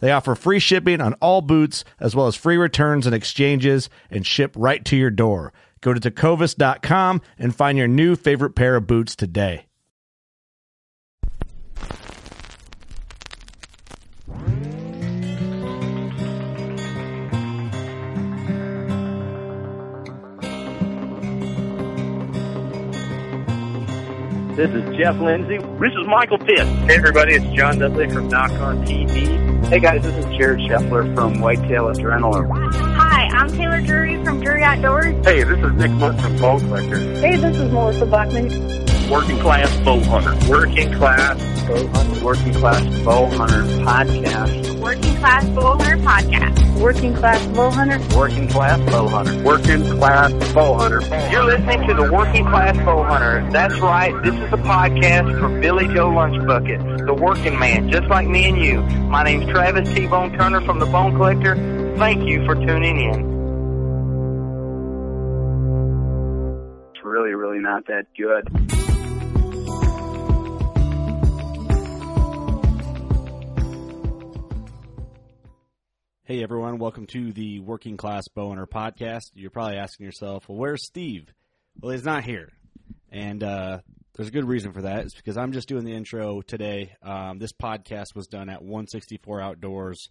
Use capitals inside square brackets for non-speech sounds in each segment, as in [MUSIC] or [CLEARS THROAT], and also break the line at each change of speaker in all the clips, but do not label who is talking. They offer free shipping on all boots, as well as free returns and exchanges, and ship right to your door. Go to tecovas.com and find your new favorite pair of boots today.
This is Jeff Lindsay. This is Michael Pitt. Hey, everybody, it's John Dudley from Knock on TV. Hey, guys, this is Jared Scheffler from Whitetail Adrenaline.
Hi, I'm Taylor Drury from Drury Outdoors.
Hey, this is Nick Munt from Bow Collector.
Hey, this is Melissa Bachman.
Working Class Bow Hunter. Working Class Bow Hunter. Working Class Bow Hunter Podcast.
Working Class Bowler Podcast.
Working class bow hunter.
Working Class Bow Hunter. Working Class Bow Hunter. You're listening to the Working Class Bow Hunter. That's right. This is a podcast for Billy Joe Lunchbucket, the working man, just like me and you. My name's Travis T. Bone Turner from the Bone Collector. Thank you for tuning in.
it's really, really not that good.
Hey everyone, welcome to the Working Class Bow Hunter podcast. You're probably asking yourself, well, where's Steve? Well, he's not here. And uh, there's a good reason for that. It's because I'm just doing the intro today. Um, this podcast was done at 164 Outdoors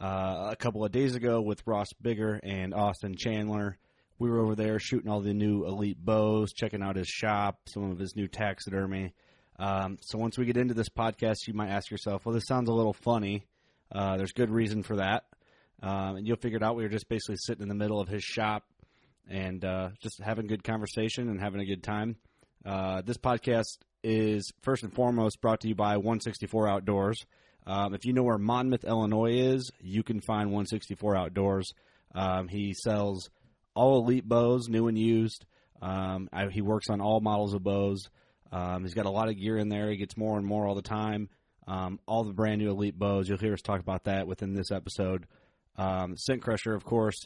uh, a couple of days ago with Ross Bigger and Austin Chandler. We were over there shooting all the new elite bows, checking out his shop, some of his new taxidermy. Um, so once we get into this podcast, you might ask yourself, well, this sounds a little funny. Uh, there's good reason for that. Um, and you'll figure it out. We were just basically sitting in the middle of his shop and uh, just having good conversation and having a good time. Uh, this podcast is first and foremost brought to you by 164 Outdoors. Um, if you know where Monmouth, Illinois is, you can find 164 Outdoors. Um, he sells all elite bows, new and used. Um, I, he works on all models of bows. Um, he's got a lot of gear in there. He gets more and more all the time. Um, all the brand new elite bows. You'll hear us talk about that within this episode. Um, Scent Crusher, of course.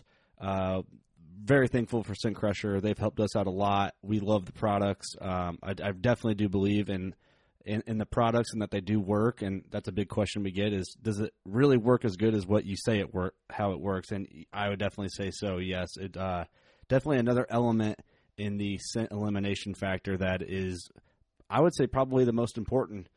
Uh, very thankful for Scent Crusher. They've helped us out a lot. We love the products. Um, I, I definitely do believe in, in in the products and that they do work. And that's a big question we get: is does it really work as good as what you say it work how it works? And I would definitely say so. Yes, it uh, definitely another element in the scent elimination factor that is, I would say, probably the most important.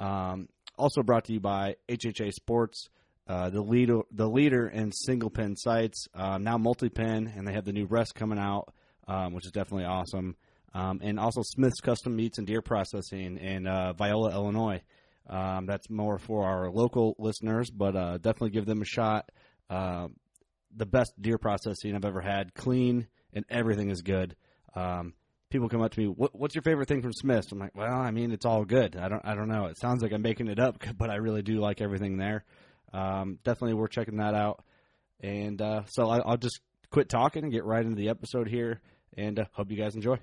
Um, also brought to you by HHA Sports, uh, the leader the leader in single pin sites, um, now multi pin, and they have the new rest coming out, um, which is definitely awesome. Um, and also Smith's Custom Meats and Deer Processing in uh, Viola, Illinois. Um, that's more for our local listeners, but uh, definitely give them a shot. Um the best deer processing I've ever had, clean, and everything is good. Um, people come up to me, what, "What's your favorite thing from Smith's?" I'm like, "Well, I mean, it's all good. I don't, I don't know. It sounds like I'm making it up, [LAUGHS] but I really do like everything there. Um, definitely worth checking that out." And uh, so I, I'll just quit talking and get right into the episode here, and uh, hope you guys enjoy.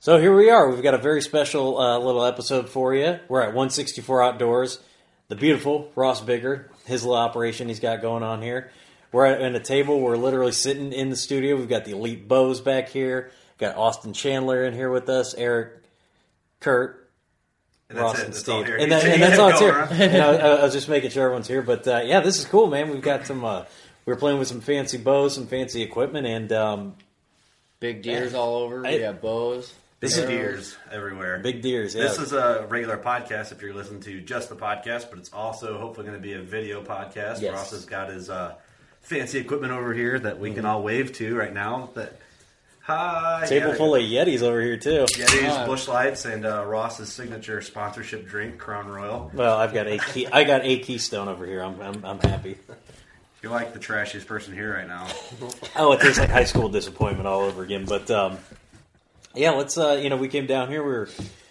So here we are. We've got a very special uh, little episode for you. We're at 164 Outdoors. The beautiful Ross Bigger, his little operation he's got going on here. We're at, at a table. We're literally sitting in the studio. We've got the elite bows back here. We've got Austin Chandler in here with us. Eric, Kurt,
And
Ross,
that's it.
and
That's
Steve,
all here.
and,
You
that,
can
and that's
keep
all it's
going,
here.
huh?
[LAUGHS] And I, I was just making sure everyone's here, but uh, yeah, this is cool, man. We've got some. Uh, we were playing with some fancy bows, some fancy equipment, and um,
Big deers all over.
I-
yeah, bows.
Big
arrows.
deers everywhere.
big deers. Yeah.
This is a regular podcast if you're listening to just the podcast, but it's also hopefully going to be a video podcast.
Yes.
Ross has got his uh, fancy equipment over here that we can all wave to right now. That hi
Table
yeah,
full of Yetis over here too.
Yetis, Bush Lights, and uh, Ross's signature sponsorship drink, Crown Royal.
Well, I've got a key. I got a keystone over here. I'm I'm, I'm happy.
You're like the trashiest person here right now.
Oh, it tastes like high school disappointment all over again. But um, yeah, let's. Uh, you know, we came down here. We were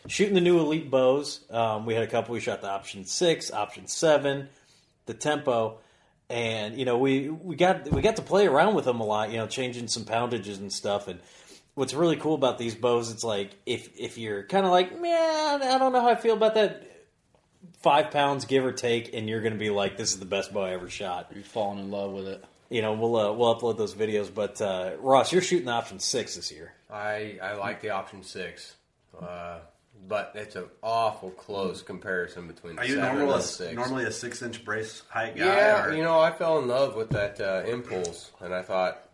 shooting the new elite bows. Um, we had a couple. We shot the option six, option seven, the tempo, and you know we we got we got to play around with them a lot. You know, changing some poundages and stuff. And what's really cool about these bows, it's like if if you're kind of like, man, I don't know how I feel about that. Five pounds, give or take, and you're going to be like, "This is the best bow I ever shot."
You're falling in love with it.
you know, we'll uh, we'll upload those videos. But uh, Ross, you're shooting option six this year.
I, I like the option six, uh, but it's an awful close comparison between.
Are you
seven
normal
and
a,
six.
normally a six inch brace height guy?
Yeah,
or-
you know, I fell in love with that uh, impulse, and I thought,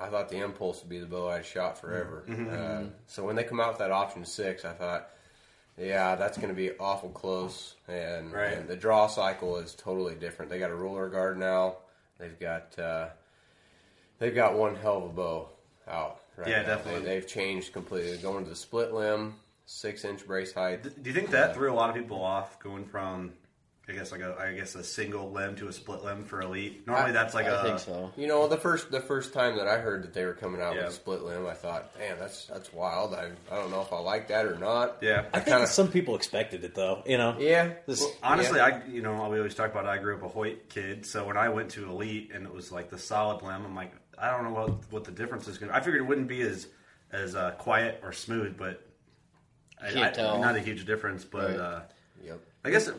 I thought the impulse would be the bow I shot forever.
Mm-hmm.
Uh, so when they come out with that option six, I thought, yeah, that's going to be awful close, and,
Right.
and the draw cycle is totally different. They got a ruler guard now. They've got uh, they've got one hell of a bow out. Right
Yeah,
now.
definitely.
They, have changed completely. They're going to the split limb, six inch brace height.
Do you think that threw a lot of people off going from, I guess like a, I guess a single limb to a split limb for elite? Normally
I-
that's like a
I think so.
You know, the first the first time that I heard that they were coming out
Yeah.
with a split limb, I thought, man, that's that's wild. I, I don't know if I like that or not.
yeah.
I think
kinda-
some people expected it though. You know,
Yeah.
This-
Well,
Honestly,
yeah.
I you know we always talk about I grew up a Hoyt kid, so when I went to elite and it was like the solid limb, I'm like I don't know what what the difference is going. to I figured it wouldn't be as as uh, quiet or smooth, but I,
Can't
I-
tell.
not a huge difference. But
Right.
uh,
Yep.
I guess it,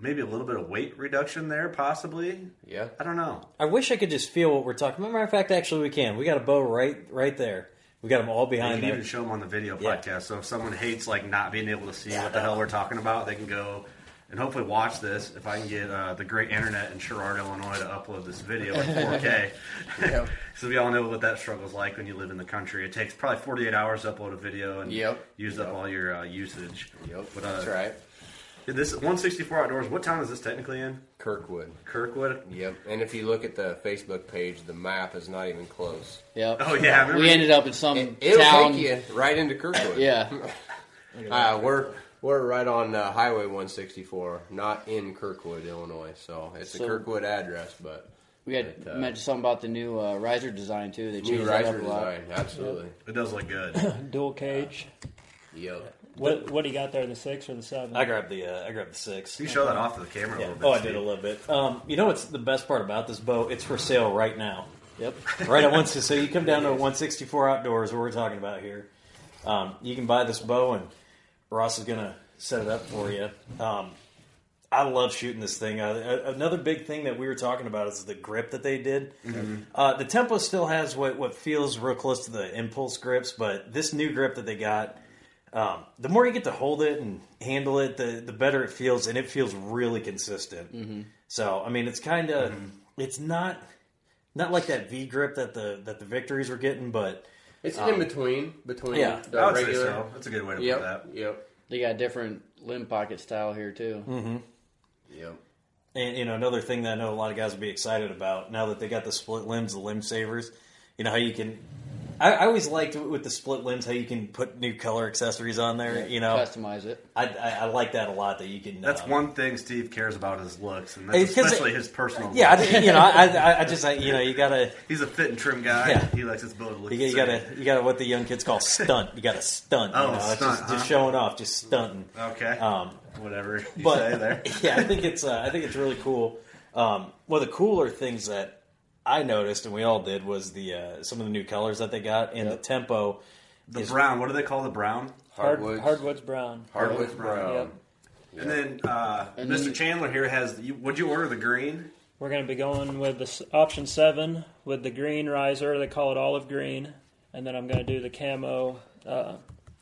maybe a little bit of weight reduction there, possibly.
Yeah.
I don't know.
I wish I could just feel what we're talking. Matter of fact, actually, we can. We got a bow right right there. We got them all
You
behind
can
there.
even show them on the video
Yeah.
podcast. So if someone hates like not being able to see what the hell we're talking about, they can go and hopefully watch this. If I can get uh, the great internet in Sherrard, Illinois, to upload this video in
[LAUGHS]
[LAUGHS] 4K,
Yep.
so we all know what that struggle's like when you live in the country. It takes probably 48 hours to upload a video and
Yep.
use up all your uh, usage.
Yep.
But, uh,
that's right.
This 164 outdoors. What town is this technically in?
Kirkwood.
Kirkwood.
Yep. And if you look at the Facebook page, the map is not even close.
Yep.
Oh, yeah, I remember-
we ended up in some
It, it'll
town.
take you right into Kirkwood. [LAUGHS]
Yeah.
Uh, we're we're right on uh, Highway 164, not in Kirkwood, Illinois. So it's
So-
a Kirkwood address, but
We had
But, uh,
mentioned something about the new uh, riser design too. They
new
changed that
riser
up a lot.
design. Absolutely.
It does look good.
Dual cage.
Yep.
What what do you got there? The six or the seven?
I grabbed the uh, I grabbed the six.
you show that off to the camera a
Yeah.
little bit.
Oh, I
Steve.
did a little bit. Um, you know what's the best part about this bow? It's for sale right now.
Yep.
[LAUGHS] right at once. So you come down
[LAUGHS]
to 164 Outdoors, what we're talking about here. Um, you can buy this bow, and Ross is going to set it up for you. Um, I love shooting this thing. Uh, a- another big thing that we were talking about is the grip that they did.
Mm-hmm.
Uh, the Tempo still has what, what feels real close to the impulse grips, but this new grip that they got, um, the more you get to hold it and handle it, the, the better it feels, and it feels really consistent.
Mm-hmm.
So, I mean, it's kind of, it's not not like that V grip that the that the victories were getting, but um,
It's in between between
yeah.
the
I would say
regular.
so. That's a good way to put that.
Yep. Yep.
They got different limb pocket style here too.
Yep.
and, you know another thing that I know a lot of guys would be excited about now that they got the split limbs, the limb savers. You know how you can. I, I always liked with the split limbs how you can put new color accessories on there. You know,
Customize it.
I, I, I like that a lot that you can.
That's
uh,
one thing Steve cares about is looks, and
Hey,
that's
'cause it-
especially his personal.
Yeah,
look.
I, you know, I, I, I just I, you know you gotta
he's a fit and trim guy.
Yeah.
He likes his bow to look.
you, gotta- you gotta you gotta what the young kids call stunt. You gotta stunt.
Oh,
you know, it's
stunt,
just,
huh?
just showing off, just stunting.
Okay.
Um,
Whatever you
but
say there.
[LAUGHS] yeah, I think it's uh, I think it's really cool. Um, one of the cooler things that I noticed, and we all did, was the uh, some of the new colors that they got and the tempo.
[LAUGHS] The
is-
brown. What do they call the brown?
Hard,
Hardwoods.
hardwoods brown.
Hardwood
Brown.
Brown.
Yep.
And then uh,
And
Mr.
then-
Chandler here has. You, would you order the green?
We're going to be going with the s- option seven with the green riser. They call it olive green, and then I'm going to do the camo, uh,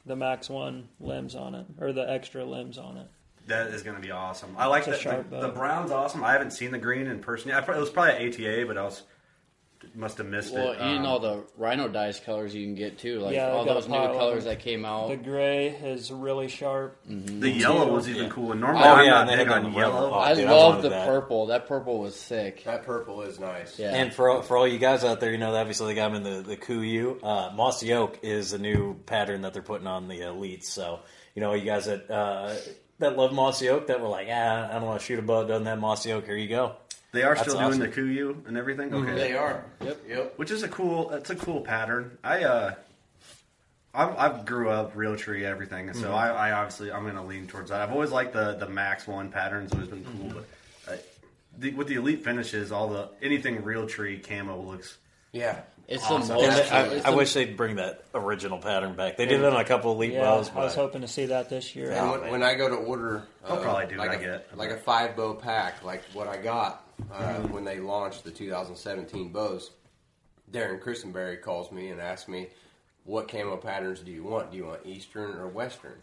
the max one limbs on it, or the extra limbs on it.
That is going to be awesome. I like
It's a
that.
sharp
The, the
bow.
brown's awesome. I haven't seen the green in person. yet. I probably, it was probably at ATA, but I was must have missed
Well,
it.
and
Um,
all the rhino dice colors you can get too, like
Yeah, I've
all
got a
those new
pile of
colors
them.
that came out.
The gray is really sharp.
The yellow was even cool. And normally
Oh,
I'm
yeah,
not
and they
big
had
on
the
yellow.
I
dude, I
love
wanted
the
that.
purple. That purple was sick.
That purple is nice.
Yeah.
And for all, for all you guys out there, you know, obviously they got them in the the Kuyu. Uh, Mossy Oak is the new pattern that they're putting on the elites. So you know, you guys that uh, that love Mossy Oak that were like, ah, I don't want to shoot a bow, doesn't have Mossy Oak. Here you go.
They are
That's
still
awesome.
doing the Kuyu and everything.
Mhm.
Okay,
They are. Yep. Yep.
Which is a cool. It's a cool pattern. I uh, I, I grew up real tree everything, and so
Mhm.
I, I obviously I'm going to lean towards that. I've always liked the the max one patterns. Always been cool,
Mm-hmm.
but uh, the, with the elite finishes, all the anything real tree camo looks.
Yeah,
It's the
awesome.
most-
And I,
it's
I
the-
wish they'd bring that original pattern back. They did it on a couple elite
yeah,
bows,
I was
but
hoping to see that this year.
And when, when I go to order,
I'll probably do
Oh, like
what
a,
I get.
like a five bow pack, like what I got uh, when they launched the 2017 bows. Darren Christenberry calls me and asks me, "What camo patterns do you want? Do you want Eastern or Western?"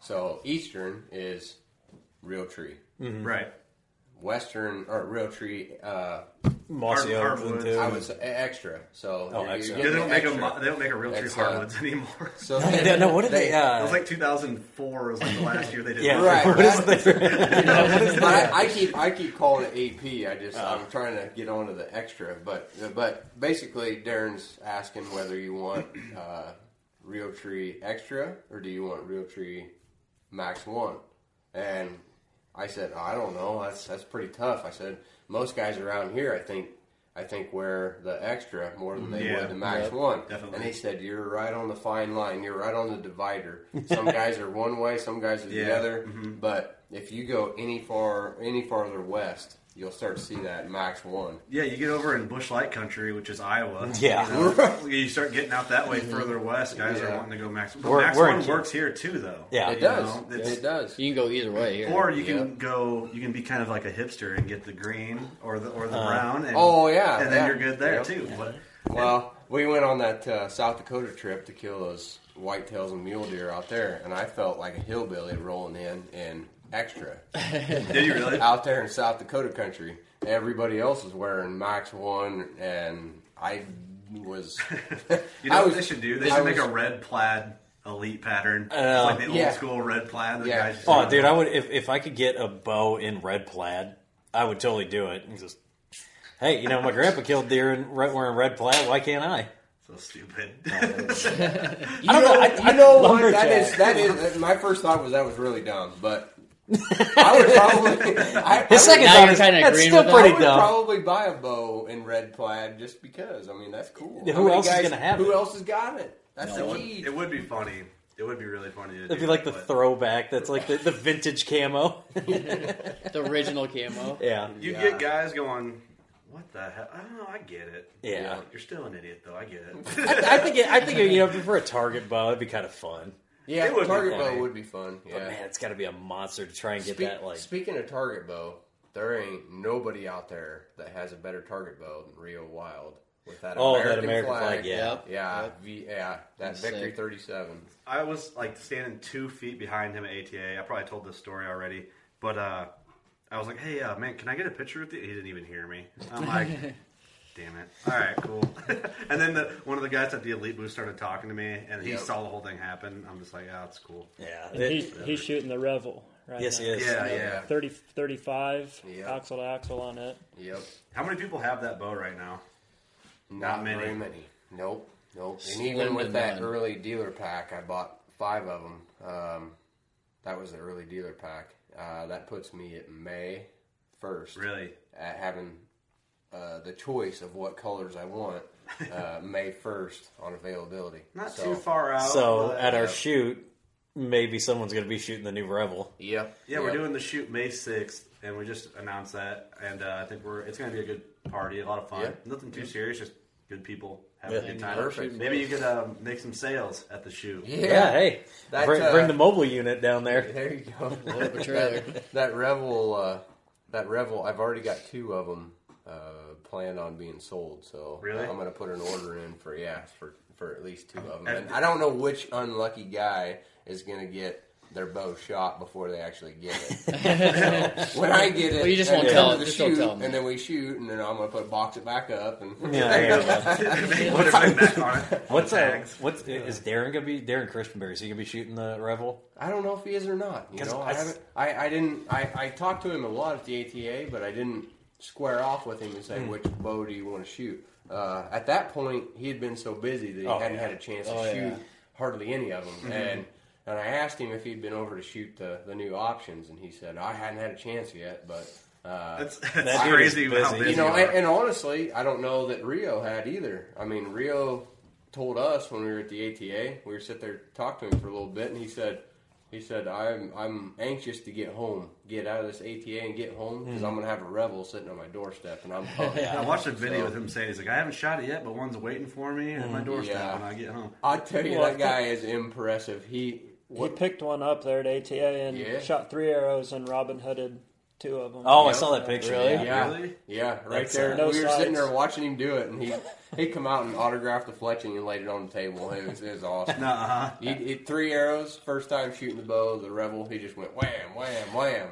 So Eastern is real tree,
Mhm. Right.
Western or real tree, uh,
Mossy Hard- oaks and hardwoods.
I was extra. So
Oh,
you're- you're
extra.
getting
They don't make 'em
extra.
mo- they don't make 'em real tree
Extra.
hardwoods [LAUGHS] anymore.
So
No, they don't. No, what did they, uh, It was like
2004
was like the last year they
[LAUGHS]
did
Yeah,
it.
right.
What is [LAUGHS]
that-
that?
Yeah,
What is
I-
that?
I, keep I keep calling it AP. I just
Oh.
I'm trying to get on to the extra, but but basically Darren's asking whether you want uh, real tree extra or do you want real tree max one, and I said I don't know. That's that's pretty tough. I said most guys around here I think I think wear the extra more than they
Yeah.
wear the max
Yep.
one.
Definitely.
And he said you're right on the fine line. You're right on the divider.
[LAUGHS]
Some guys are one way, some guys are the
Yeah. Mm-hmm.
other. But if you go any far any farther west, you'll start to see that max one.
Yeah, you get over in bushlight country, which is Iowa.
Yeah.
you, know, [LAUGHS] you start getting out that way
Mhm.
further west. Guys
Yeah.
are wanting to go max. But
We're-
max
we're in
one
Ca-
works here too, though.
Yeah. It
You
does.
know,
It
it's-
does. You can go either way here.
Or you
Yeah.
can go. You can be kind of like a hipster and get the green or the or the
Uh,
brown. And,
oh yeah,
and then
yeah.
you're good there
Yep.
too. But-
Well, we went on that uh, South Dakota trip to kill those whitetails and mule deer out there, and I felt like a hillbilly rolling in in extra.
Did you
[LAUGHS]
really?
Out there in South Dakota country, everybody else is wearing Max One, and I was.
You know
I
what
was-
they should do? They
I
should make
was-
a red plaid elite pattern,
I
Oh.
know.
It's like
[LAUGHS]
the
Yeah.
old school red plaid. The guys just
oh, dude, I would if, if I could get a bow in red plaid, I would totally do it. And just, hey, you know, my grandpa killed deer in, right wearing red plaid. Why can't I?
So stupid. [LAUGHS]
You know, you know what?
lumberjack.
That is that is my first thought was that was really dumb, but I would probably. I,
His
I would-
second Now thought you're is, kinda "That's agreeing still with him." pretty
I would
dumb.
Probably buy a bow in red plaid just because. I mean, that's cool.
Yeah,
How
who
many
else is
guys-
gonna have
Who
it?
else has got it? That's
it
the
would,
key.
it would be funny. It would be really funny. To
It'd
do,
be like the
but-
throwback. That's like the, the vintage camo.
[LAUGHS] the original camo.
[LAUGHS] Yeah.
You get guys going, what the hell? I don't know. I get it.
Yeah. Yeah.
You're still an idiot, though. I get
[LAUGHS]
it.
I, th- I think it, I think you know for a target bow, it'd be kind of fun.
Yeah,
[LAUGHS] It would be
target
funny.
bow would be fun. Yeah.
But Oh, man, it's got to be a monster to try and get
Spe-
that like.
Speaking of target bow, there ain't nobody out there that has a better target bow than Rio Wild with that
Oh, that
American
American
flag.
flag, yeah. Yep.
yeah, V- yeah, that
That's
Victory
sick.
thirty seven.
I was like standing two feet behind him at ATA. I probably told this story already, but uh, I was like, "Hey, uh, man, can I get a picture with you?" He didn't even hear me. I'm like, "Damn it! All right, cool." [LAUGHS] and then the, one of the guys at the elite booth started talking to me, and he
Yep.
saw the whole thing happen. I'm just like, "Yeah, it's cool."
Yeah,
And he, he's shooting the Revel right
Yes,
now.
he is. Yeah, yeah.
30, 35,
Yep.
axle to axle on it.
Yep.
How many people have that bow right now?
Not very many. Nope. Nope. And
Slim
even
to
with that
none.
early dealer pack, I bought five of them. Um, that was the early dealer pack. Uh, that puts me at May first.
Really?
At having uh, the choice of what colors I
[LAUGHS]
want. Uh, May first on availability.
Not
So-
too far out.
so
but- uh,
at our
Yeah.
shoot, maybe someone's going to be shooting the new Rebel.
Yep.
Yeah, we're doing the shoot May sixth, and we just announced that, and uh, I think we're it's going to be a good party, a lot of fun.
Yep.
Nothing too
Yep.
serious, just good people having
Yeah.
a good time.
Perfect.
Maybe you could um, make some sales at the shoot.
Yeah.
hey,
That,
bring,
uh,
bring the mobile unit down there.
[LAUGHS] There you go.
Load up a trailer.
that, that Revel, uh, that Revel. I've already got two of them uh, planned on being sold. [LAUGHS] So
Really?
I'm gonna put an order in for yeah for for at least two of them.
And-
And I don't know which unlucky guy is gonna get their bow shot before they actually get
[LAUGHS]
it. So, when I get it,
Well, you just
and
won't
they
tell
come
them-
to the
just don't
shoot,
tell them.
And then we shoot, and then I'm gonna put box it back up and [LAUGHS]
Yeah, there you
[LAUGHS]
go.
Put it back on it.
What's uh, what's is Darren gonna be? Darren Christianberry is he gonna be shooting the Revel?
I don't know if he is or not. You
'Cause
know,
I
I,
s-
haven't. I, I didn't. I, I talked to him a lot at the ATA, but I didn't square off with him and say
Hmm.
which bow do you want to shoot. Uh, at that point, he had been so busy that he
Oh,
hadn't
yeah.
had a chance
Oh,
to
yeah.
shoot hardly any of them.
Mhm.
And and I asked him if he'd been over to shoot the, the new options, and he said I hadn't had a chance yet, but. Uh,
That's- that's That dude is crazy how busy. busy
You know,
you
and, and honestly, I don't know that Rio had either. I mean, Rio told us when we were at the ATA, we were sitting there talking to him for a little bit, and he said, he said, I'm I'm anxious to get home, get out of this ATA and get home because
Hmm.
I'm gonna have a rebel sitting on my doorstep,
[LAUGHS]
and I'm. Pumped.
I watched a video
So-
of him saying, he's like, I haven't shot it yet, but one's waiting for me at
Mm-hmm.
my doorstep
Yeah.
when I get home.
I tell you,
Well, I
that guy is impressive. He
He picked one up there at ATA and
Yeah.
shot three arrows and Robin hooded two of them.
Oh, I saw that picture. Yeah.
Oh,
Yeah,
Really?
yeah, right
That's,
there.
uh,
No
we were
sides.
sitting there watching him do it, and he he come out and autographed the fletching and laid it on the table. It was, it was awesome.
Nuh-uh.
He, he- three arrows, first time shooting the bow, the rebel. He just went wham, wham, wham.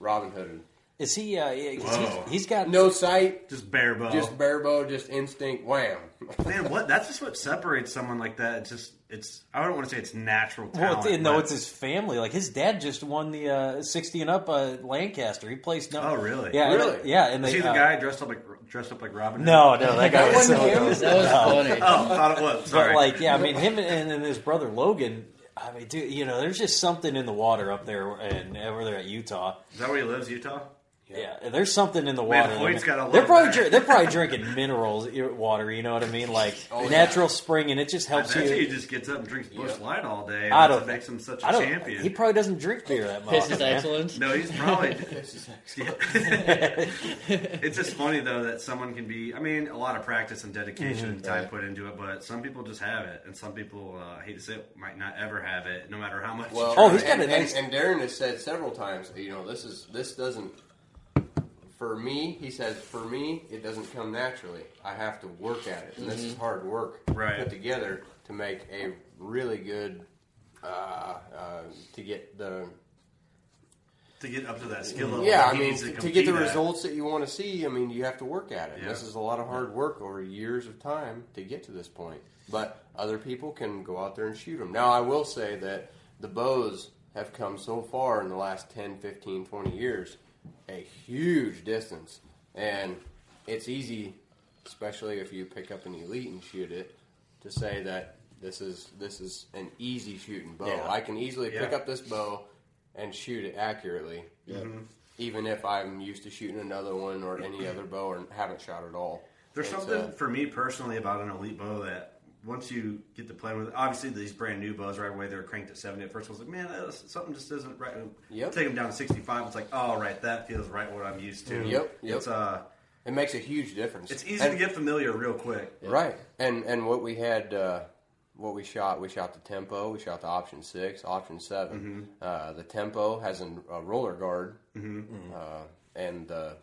Robin Hooded.
Is he? Uh, yeah, 'cause
Whoa.
he's, he's got
No sight,
Just bare bow.
just bare bow, just instinct, wham.
Man, what? That's just what separates someone like that. It's just, it's. I don't want to say it's natural
Well,
talent.
it's, no,
but-
it's his family. Like his dad just won the uh, sixty and up uh, Lancaster. He placed. No,
Oh, really?
Yeah, and- yeah. And
Is
they,
he the
uh,
guy dressed up like dressed up like Robin? Hood?
No, no, that
[LAUGHS]
guy was so dumb. [LAUGHS]
Oh, thought it was. Sorry.
But like, yeah, I mean, him and, and his brother Logan. I mean, dude, you know, there's just something in the water up there, and over there at Utah.
is that where he lives, Utah?
Yeah, there's something in the
Man,
water.
Hoyt's gotta love
they're probably
that.
dri- they're
[LAUGHS]
probably drinking minerals i- water. You know what I mean? Like
yeah.
natural spring, and it just
I
helps
bet you. he
you.
just gets up and drinks Bush Light all day. and
I
that's
don't
what
think-
makes him such
I
a
don't-
champion.
He probably doesn't drink beer that much.
Piss is
man.
excellent.
No, he's
[LAUGHS]
probably. [LAUGHS]
This is
it's just funny though that someone can be. I mean, a lot of practice and dedication
Mhm.
and time
Right.
put into it, but some people just have it, and some people, uh, I hate to say, it, might not ever have it, no matter how much.
Well,
you try.
and, and, and Darren has said several times, you know, this is this doesn't. For me, he says, for me, it doesn't come naturally. I have to work at it, and this is
Mhm.
hard work
Right.
put together to make a really good uh, uh, to get the
to get up to that skill level.
yeah,
he
I mean,
needs
to,
to,
get the
compete at.
results that you want to see, I mean, you have to work at it.
Yeah.
This is a lot of hard work over years of time to get to this point. But other people can go out there and shoot them. Now, I will say that the bows have come so far in the last 10, 15, 20 years, a huge distance. And it's easy, especially if you pick up an elite and shoot it, to say that this is this is an easy shooting bow.
Yeah.
I can easily pick
Yeah.
up this bow and shoot it accurately,
Mhm.
even if I'm used to shooting another one or any other bow or haven't shot at all.
There's
It's,
something
uh,
for me personally about an elite bow that once you get to playing with, obviously these brand new bows right away they're cranked at 70. At first I was like, man, that is- something just isn't right.
Yep.
Take them down to 65. It's like, oh right, that feels right what I'm used to.
Mm-hmm. Yep, yep.
It's uh,
it makes a huge difference.
it's easy
And-
to get familiar real quick.
Right. And and what we had, uh, what we shot, we shot the tempo, we shot the option six, option 7 Uh, the tempo has an, a roller guard, uh, and the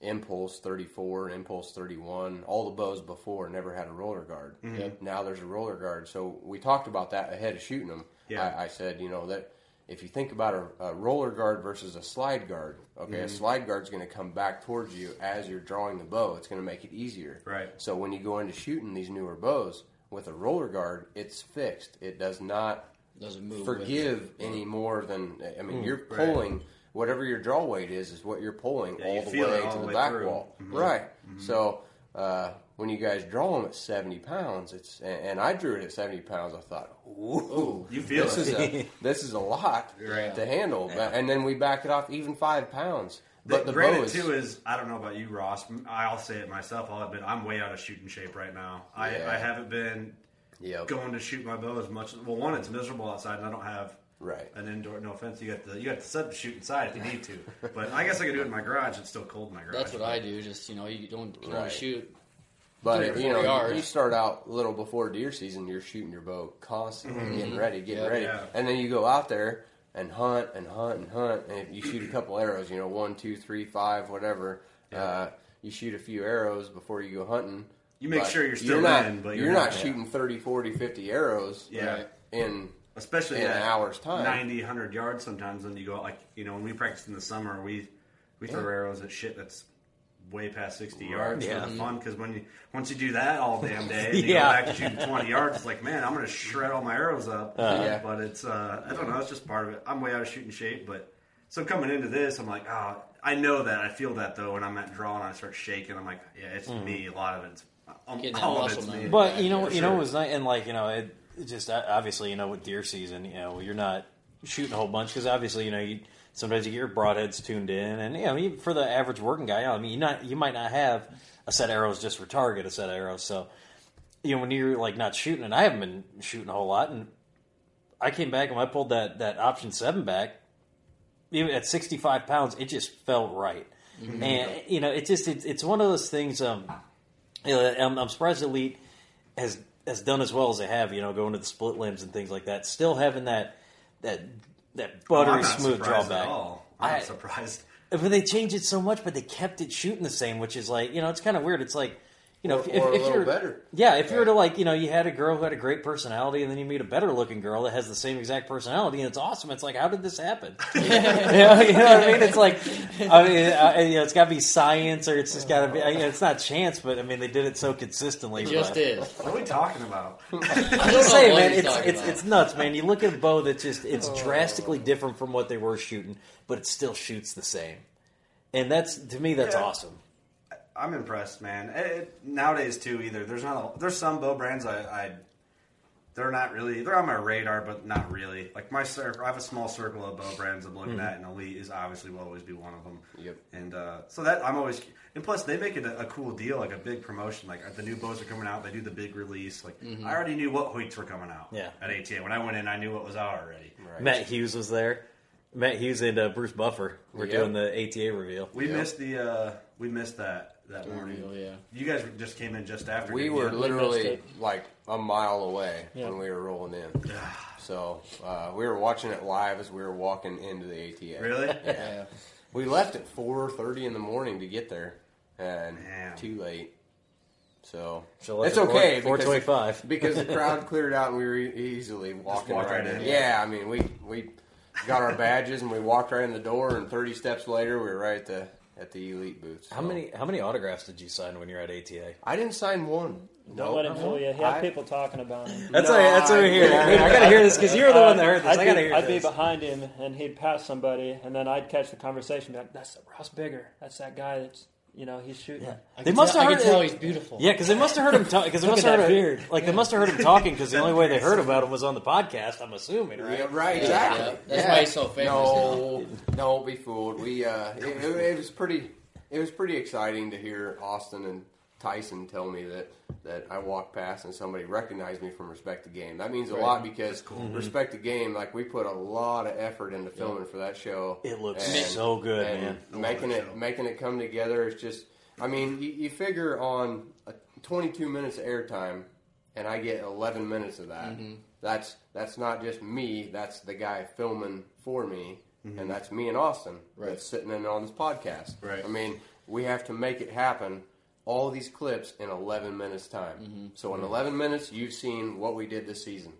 impulse 34, impulse 31. All the bows before never had a roller guard.
Mhm. Yep.
Now there's a roller guard. So we talked about that ahead of shooting them.
Yeah.
I, I said, you know that. If you think about a, a roller guard versus a slide guard, okay, a
Mhm.
slide guard's going to come back towards you as you're drawing the bow. It's going to make it easier.
Right.
So when you go into shooting these newer bows with a roller guard, it's fixed. It does not
Doesn't move with
forgive any more than I mean
Hmm.
Mm,
you're
right.
pulling whatever your draw weight is is what you're pulling
Yeah,
all
you
the
feel it
way
all
to
the
the
way
back
through.
wall.
Mhm.
Right.
Mhm.
So uh, when you guys draw them at 70 pounds, it's and, and I drew it at 70 pounds. I thought, ooh,
You feel
this
it.
is
[LAUGHS]
a this is a lot
Right.
to handle. And then we backed it off even five pounds.
But
But the,
granted,
bow is
too is I don't know about you, Ross. I'll say it myself. I'll admit I'm way out of shooting shape right now.
Yeah.
I, I haven't been
Yep.
going to shoot my bow as much. Well, one, it's miserable outside, and I don't have
right.
an indoor. No offense, you got the you got the sub to shoot inside if you need to. But I guess I could do it in my garage. It's still cold in my garage.
That's what I do. Just you know, you don't can only
Right.
shoot. three or
But you
four
know,
yards.
you start out a little before deer season, you're shooting your bow constantly,
Mhm.
getting ready, getting
Yeah.
ready,
Yeah.
and then you go out there and hunt and hunt and hunt, and if you shoot a couple arrows, you know, one, two, three, five, whatever. Uh, you shoot a few arrows before you go hunting.
You make sure you're still
not,
in, but
you're,
you're
not,
not- yeah.
shooting 30, 40, 50 arrows.
Yeah.
right, in
especially
in
at
an hour's time.
90, 100 yards sometimes when you go out, like, you know, when we practice in the summer, we we throw
Yeah.
arrows at shit that's way past 60
Right.
yards
Yeah.
for the fun because when you once you do that all damn day and you
Yeah.
go back to shooting 20 yards it's like man i'm gonna shred all my arrows up
Uh-huh. Yeah.
but it's uh i don't know it's just part of it i'm way out of shooting shape but so coming into this i'm like oh i know that i feel that though when i'm at draw and i start shaking i'm like yeah it's
Mhm.
me a lot of it's
Getting that
all of
muscle
it's me [LAUGHS]
memory
But you know,
For
you know,
sure.
it was nice, and like you know, it, it just uh, obviously you know with deer season, you know, you're not shooting a whole bunch because obviously you know you sometimes you get your broadheads tuned in, and you know, even for the average working guy, you know, I mean, you not you might not have a set of arrows just for target, a set of arrows. So you know, when you're like not shooting, and I haven't been shooting a whole lot, and I came back and when I pulled that that option seven back, even at 65 pounds, it just felt right.
Mm-hmm.
Mhm.
And you know, it just it's it's one of those things. Um, you know, I'm, I'm surprised Elite has has done as well as they have. You know, going to the split limbs and things like that. Still having that that that
Oh,
buttery
I'm not
smooth
surprised at
drawback.
all. I'm
I-
not surprised.
But they changed it so much, but they kept it shooting the same, which is like you know, it's kind of weird. It's like you know,
Or-
if, if,
or a
if
little
you're
better.
yeah, if you were to like you know, you had a girl who had a great personality, and then you meet a better looking girl that has the same exact personality, and it's awesome. It's like, how did
[LAUGHS]
this happen? [LAUGHS] you, know, you know what I mean? It's like, I mean, I, you know, it's got to be science, or it's just got to be. I, you know, it's not chance, but I mean, they did it so consistently.
It just
but-
is.
What are we talking about?
I'm just saying, man,
he's
it's
talking
it's,
about.
it's nuts, man. You look at a bow that's just it's
Oh.
drastically different from what they were shooting, but it still shoots the same. And that's to me, that's
Yeah.
awesome.
I'm impressed, man. It, it- nowadays too, either there's not a, there's some bow brands I, I they're not really they're on my radar, but not really. Like my circle, I have a small circle of bow brands I'm looking
Mhm.
at, and Elite is obviously will always be one of them.
Yep.
And uh, so that I'm always and plus they make it a, a cool deal, like a big promotion. Like the new bows are coming out, they do the big release. Like
Mhm.
I already knew what hoists were coming out.
Yeah.
At ATA when I went in, I knew what was out already. Right.
Matt Hughes was there. Matt Hughes and uh, Bruce Buffer were
Yep.
doing the ATA reveal.
We missed the uh, we missed that that morning.
yeah.
You guys just came in just after.
We
didn't
were
you?
literally like a mile away
Yeah.
when we were rolling
[SIGHS]
in. so uh, we were watching it live as we were walking into the ATA.
Really?
Yeah. We left at four thirty in the morning to get there, and too late. So,
So left
it's
at four-
okay. because- [LAUGHS]
4:25.
because the
[LAUGHS]
crowd cleared out and we were e- easily walking
walked
right,
right
in.
in.
Yeah, I mean we we got our badges and we walked right in the door, and thirty steps later we were right at the at the elite booth.
How
So-
many how many autographs did you sign when you were at ATA?
I didn't sign one.
Don't let him fool you. He had people talking about him.
That's what- that's what we hear. I mean, I gotta hear this 'cause you're the one that heard this.
uh, I'd
I gotta
be,
hear
I'd be
this.
behind him and he'd pass somebody, and then I'd catch the conversation. Be like, "That's Ross Bigger. That's that guy. That's you know he's shooting."
They must have heard.
how
it- Yeah, because they must have heard him talking. Because they must have heard
beard.
like they must have heard him talking. Because the only way
[LAUGHS]
they heard about him was on the podcast. I'm assuming, right?
Yeah, right,
Yeah.
exactly.
That's
Yeah.
why he's so famous
No, don't be fooled. We uh, it, it, it was pretty, it was pretty exciting to hear Austin and Tyson tell me that that I walked past and somebody recognized me from Respect the Game. That means a
Right.
lot because
cool. Mhm.
Respect the Game, like we put a lot of effort into filming for that show.
It looks so good,
and
man. I love
Making
that
it, making it come together is just. I mean, you, you figure on a 22 minutes of airtime, and I get 11 minutes of that.
Mhm.
That's that's not just me. That's the guy filming for me, and that's me and Austin that's sitting in on this podcast. Right. I mean, we have to make it happen. All these clips in 11 minutes time. So in
Mhm.
11 minutes, you've seen what we did this season.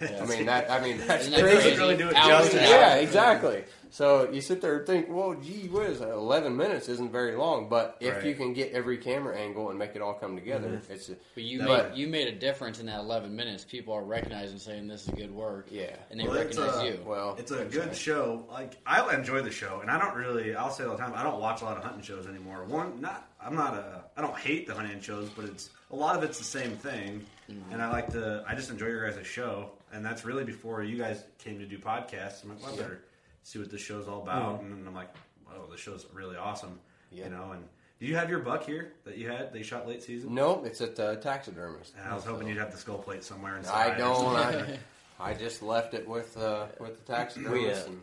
I
Yeah.
mean that. I mean that's
Isn't that
crazy.
crazy? Really do it Hours
justice.
justice. and
Yeah,
hours.
exactly. So you sit there and think, well, gee whiz, eleven minutes isn't very long. But if
Right.
you can get every camera angle and make it all come together, it's. A,
But you
but-
made you made a difference in that 11 minutes. People are recognizing, saying this is good work.
Yeah,
and they
Well, it's uh,
recognize
a-
you.
Well,
it's a good show. Like I enjoy the show, and I don't really. I'll say it all the time. I don't watch a lot of hunting shows anymore. One, not. I'm not a. I don't hate the hunting shows, but it's a lot of it's the same thing.
Mm-hmm.
And I like to. I just enjoy your guys' show, and that's really before you guys came to do podcasts. I'm like, well, I
Yeah.
better see what this show's all about,
Mhm.
and then I'm like, wow, this show's really awesome.
Yeah.
You know, and do you have your buck here that you had? They shot late season.
Nope, it's at the taxidermist.
And I was hoping you'd have the skull plate somewhere inside.
I
or
don't. I,
something.
I just left it with uh, with the
We, uh,
taxidermist. and-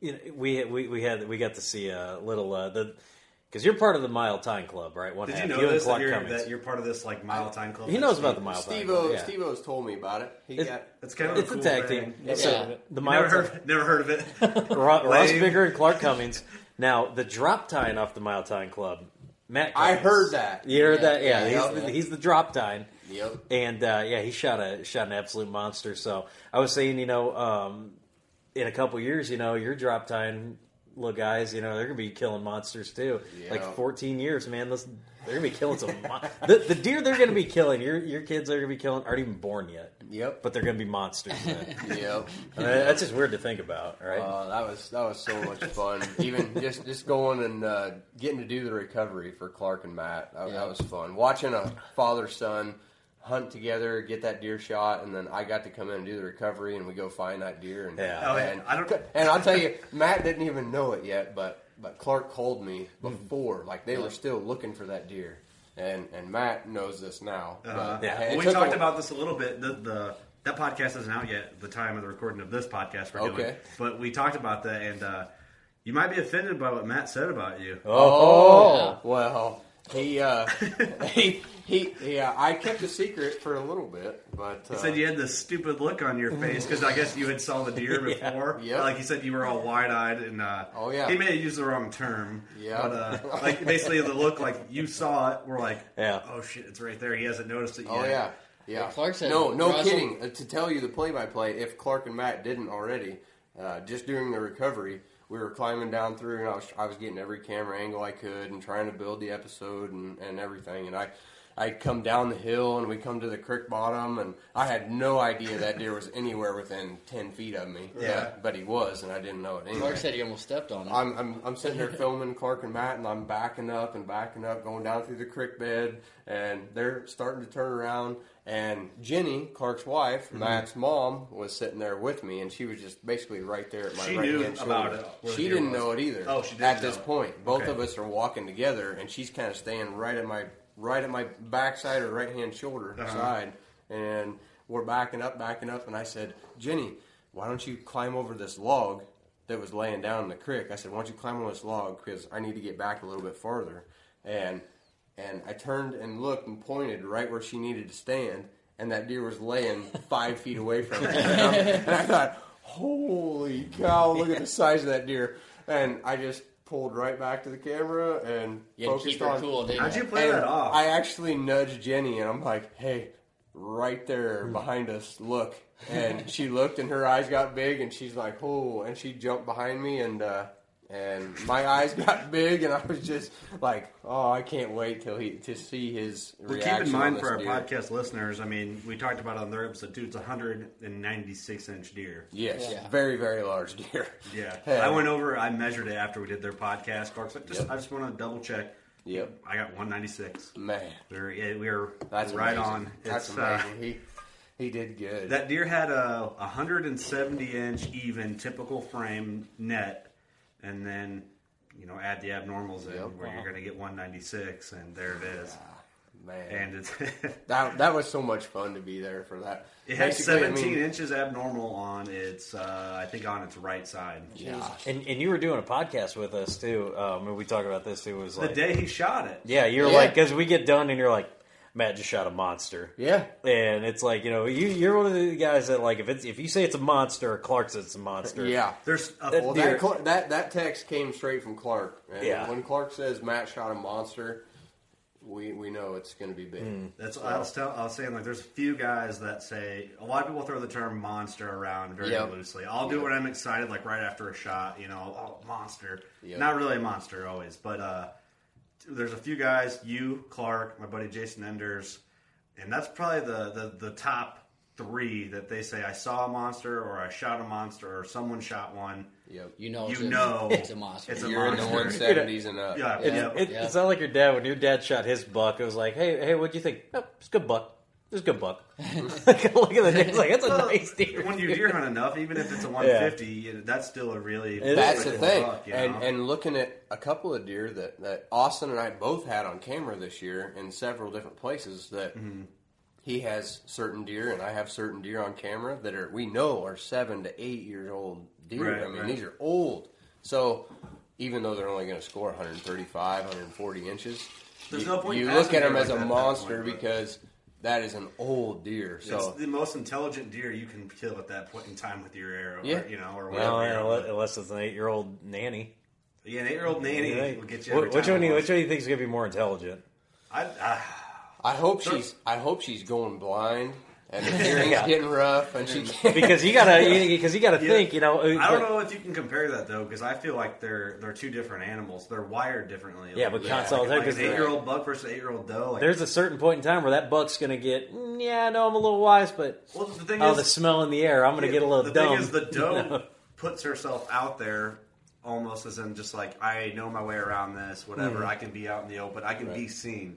you know, we we we had we got to see a little uh, the because you're part of the Mile Time Club, right? One
Did
half.
you know
and
this that
Clark
you're,
Cummings.
that you're part of this like mile time club?
He
that
knows
Steve-
about the mile time
Steve
club.
O
yeah.
Steve O's told me about it. He
It's-
got
It's kind of
it's
a, cool
a tag
thing.
team. So the mile
never heard, never heard
[LAUGHS]
of it. Uh,
Ro- Ross
Lame. [LAUGHS]
Bigger and Clark Cummings. Now the drop tying off the Mile Time Club Matt.
I
Cummings.
heard that.
You heard
Yeah.
that?
Yeah.
Yeah, he's,
Yep.
he's the drop dime.
Yep.
And uh, yeah, he shot a shot an absolute monster. So I was saying, you know, um, in a couple years, you know, your drop time little guys, you know, they're gonna be killing monsters too.
Yeah.
Like 14 years, man. Those, they're gonna be killing some. mon- [LAUGHS] the, the deer they're gonna be killing. Your your kids are gonna be killing aren't even born yet.
Yep.
But they're gonna be monsters.
[LAUGHS]
man.
Yep.
I mean, that's just weird to think about, right?
Uh, that was that was so much
[LAUGHS]
fun. Even just just going and uh, getting to do the recovery for Clark and Matt, that, that was fun. Watching a father son hunt together, get that deer shot, and then I got to come in and do the recovery, and we go find that deer. And,
Yeah. Oh, yeah.
and I don't. [LAUGHS] And I'll tell you, Matt didn't even know it yet, but but Clark called me
Mm-hmm.
before, like they were still looking for that deer. And, and Matt knows this now.
Uh,
but it
yeah. We
took a-
talked about this a little bit. The, the that podcast isn't out yet. at The time of the recording of this podcast, we're doing.
Okay.
But we talked about that, and uh, you might be offended by what Matt said about you.
Oh, well, he, uh, he, he, yeah, I kept a secret for a little bit, but uh,
He said you had this stupid look on your face because I guess you had saw the deer
[LAUGHS] Yeah.
before.
Yep.
Like he said, you were all wide eyed and uh,
Oh, yeah.
He may have used the wrong term.
Yeah.
But
[LAUGHS]
uh, like basically the look like you saw it. We're like,
Yeah.
Oh shit, it's right there. He hasn't noticed it yet.
oh yeah, yeah.
Yeah, Clark said
no, no
Russell-
kidding. Uh, to tell you the play-by-play, if Clark and Matt didn't already, uh, just during the recovery, we were climbing down through, and I was I was getting every camera angle I could and trying to build the episode and, and everything, and I. I come down the hill and we come to the creek bottom, and I had no idea that deer was anywhere within ten feet of me.
Yeah.
but, but he was, and I didn't know it. Anyway.
Clark said he almost stepped on it.
I'm, I'm, I'm sitting there filming Clark and Matt, and I'm backing up and backing up, going down through the creek bed, and they're starting to turn around. And Jenny, Clark's wife, Matt's mom, was sitting there with me, and she was just basically right there at my
She
right
knew
hand shoulder.
about it, where
She
the deer
didn't
was.
know it either.
Oh, she didn't
At
know
this
it.
point, both
Okay.
of us are walking together, and she's kind of staying right at my right at my backside or right hand shoulder
Uh-huh.
side, and we're backing up, backing up, and I said, Jenny, why don't you climb over this log that was laying down in the creek? I said, why don't you climb on this log because I need to get back a little bit farther, and and I turned and looked and pointed right where she needed to stand, and that deer was laying five [LAUGHS] feet away
[LAUGHS]
from her, and I thought, holy cow, look at the size of that deer, and I just. Pulled right back to the camera and
You had to
focused
keep her
on.
cool, didn't
How'd you? you play
And
that off?
I actually nudged Jenny and I'm like, hey, right there behind us, look. And she looked and her eyes got big and she's like, oh, and she jumped behind me and, uh, and my eyes [LAUGHS] got big, and I was just like, "Oh, I can't wait till he to see his
Well,
reaction."
keep in mind
on
for our
this deer.
podcast listeners, I mean, we talked about it on their episode too. It's a hundred and ninety-six inch deer.
yes,
Yeah.
very very large deer. [LAUGHS]
Yeah,
And-
I went over. I measured it after we did their podcast. Clark's like, just,
Yep.
I just want to double check.
Yep,
I got one ninety-six.
man,
We were, yeah, we were
that's
right
amazing.
on.
That's
It's, uh,
amazing. he he did good.
That deer had a 170 inch even typical frame net, and then you know add the abnormals in
Yep.
where you're going to get 196, and there it is.
man,
And it's [LAUGHS]
that that was so much fun to be there for that.
it had
Basically,
17
I mean,
inches abnormal on its uh, I think on its right side.
Yeah.
And and you were doing a podcast with us too. Um, and we talked about this too. It was
The
like
day he shot it,
Yeah, you're
Yeah.
like, because we get done and you're like, Matt just shot a monster.
Yeah.
And it's like, you know, you, you're one of the guys that, like, if it's if you say it's a monster, Clark says it's a monster.
Yeah.
there's a
That
Well,
deer-
that, Cla- that that text came straight from Clark. And
Yeah.
When Clark says Matt shot a monster, we we know it's going to be big.
That's I was tell, I was saying like there's a few guys that say a lot of people throw the term monster around very
Yep.
loosely. I'll do it when I'm excited, like right after a shot, you know, oh monster.
Yep.
Not really a monster always, but uh, there's a few guys, you, Clark, my buddy Jason Enders, and that's probably the, the the top three that they say I saw a monster or I shot a monster or someone shot one.
Yep.
you know, it's
you
a,
know
it's a monster.
It's a
You're in the
monster.
one seventies and up.
yeah,
Yeah.
yeah.
It,
Yeah.
It's not like your dad. When your dad shot his buck, it was like, hey, hey, what do you think? Oh, it's a good buck. It's a good buck. [LAUGHS] Like, Look at the deer. It's like, it's a nice deer. [LAUGHS]
when you deer hunt enough, even if
[LAUGHS]
it's a 150, you- that's still a really
That's the
really
thing.
buck, you
and
know?
and looking at a couple of deer that, that Austin and I both had on camera this year in several different places that
Mm-hmm.
he has certain deer and I have certain deer on camera that are we know are seven to eight years old deer.
Right,
I mean
right.
these are old. So even though they're only going to score 135, 140 inches,
There's
you,
no point
you
passing
look at them
deer
as
like
a
that at that
monster
point, but-
because that is an old deer. So
it's the most intelligent deer you can kill at that point in time with your arrow,
Yeah.
or, you know, or whatever.
No,
your-
unless, unless it's an eight year old nanny.
Yeah, an eight-year-old nanny will get you.
Wh-
Every
Which
time
one? Do you,
almost.
which one do you think is going to be more intelligent?
I, I,
I hope she's. I hope she's going blind, and
[LAUGHS]
her hearing's getting rough, and she can't.
Because you gotta- you- because you gotta
[LAUGHS] Yeah.
think, you know,
I
but-
don't know if you can compare that though, because I feel like they're they're two different animals. They're wired differently.
Yeah,
Like,
but console-
like, like
because
an eight-year-old buck versus an eight-year-old doe. Like,
There's a certain point in time where that buck's going to get. "Mm, Yeah, I know I'm a little wise, but
well, the thing
oh,
is,
the smell in the air. I'm going to
Yeah,
get a little
the
dumb.
thing is, the doe
You know?
puts herself out there almost as in just like I know my way around this. Whatever,
Mhm.
I can be out in the open. I can be
Right.
seen.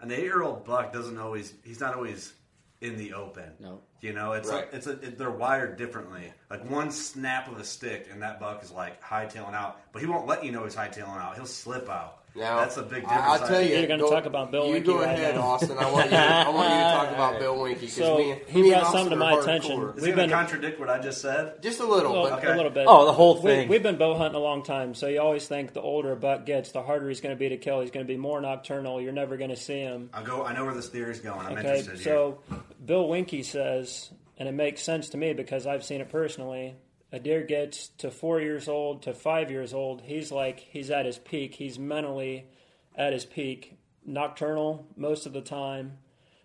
An eight-year-old buck doesn't always. He's not always in the open.
No.
You know, it's
Right.
like it's a, it, they're wired differently. Like one snap of a stick, and that buck is like hightailing out, but he won't let you know he's hightailing out. He'll slip out.
Now,
That's a big
I-
difference.
I'll tell you.
You're gonna
go-
talk about Bill
You
Winky
go
right
ahead,
now.
Austin. I want you. I want you to talk
[LAUGHS]
about Bill Winky because
So,
me, and-
he
me and
brought something
Austin
to
are
my
hardcore.
attention.
Is
We've
it gonna
been-
contradict what I just said?
Just a little,
Well,
but
a little bit.
Oh, the whole thing.
We, have been bow hunting a long time, so you always think the older a buck gets, the harder he's going to be to kill. He's going to be more nocturnal. You're never going to see him.
I go. I know where this theory's going. I'm
Okay,
interested. here.
so Bill Winky says, and it makes sense to me because I've seen it personally. A deer gets to four years old to five years old, he's like he's at his peak. He's mentally at his peak, nocturnal most of the time.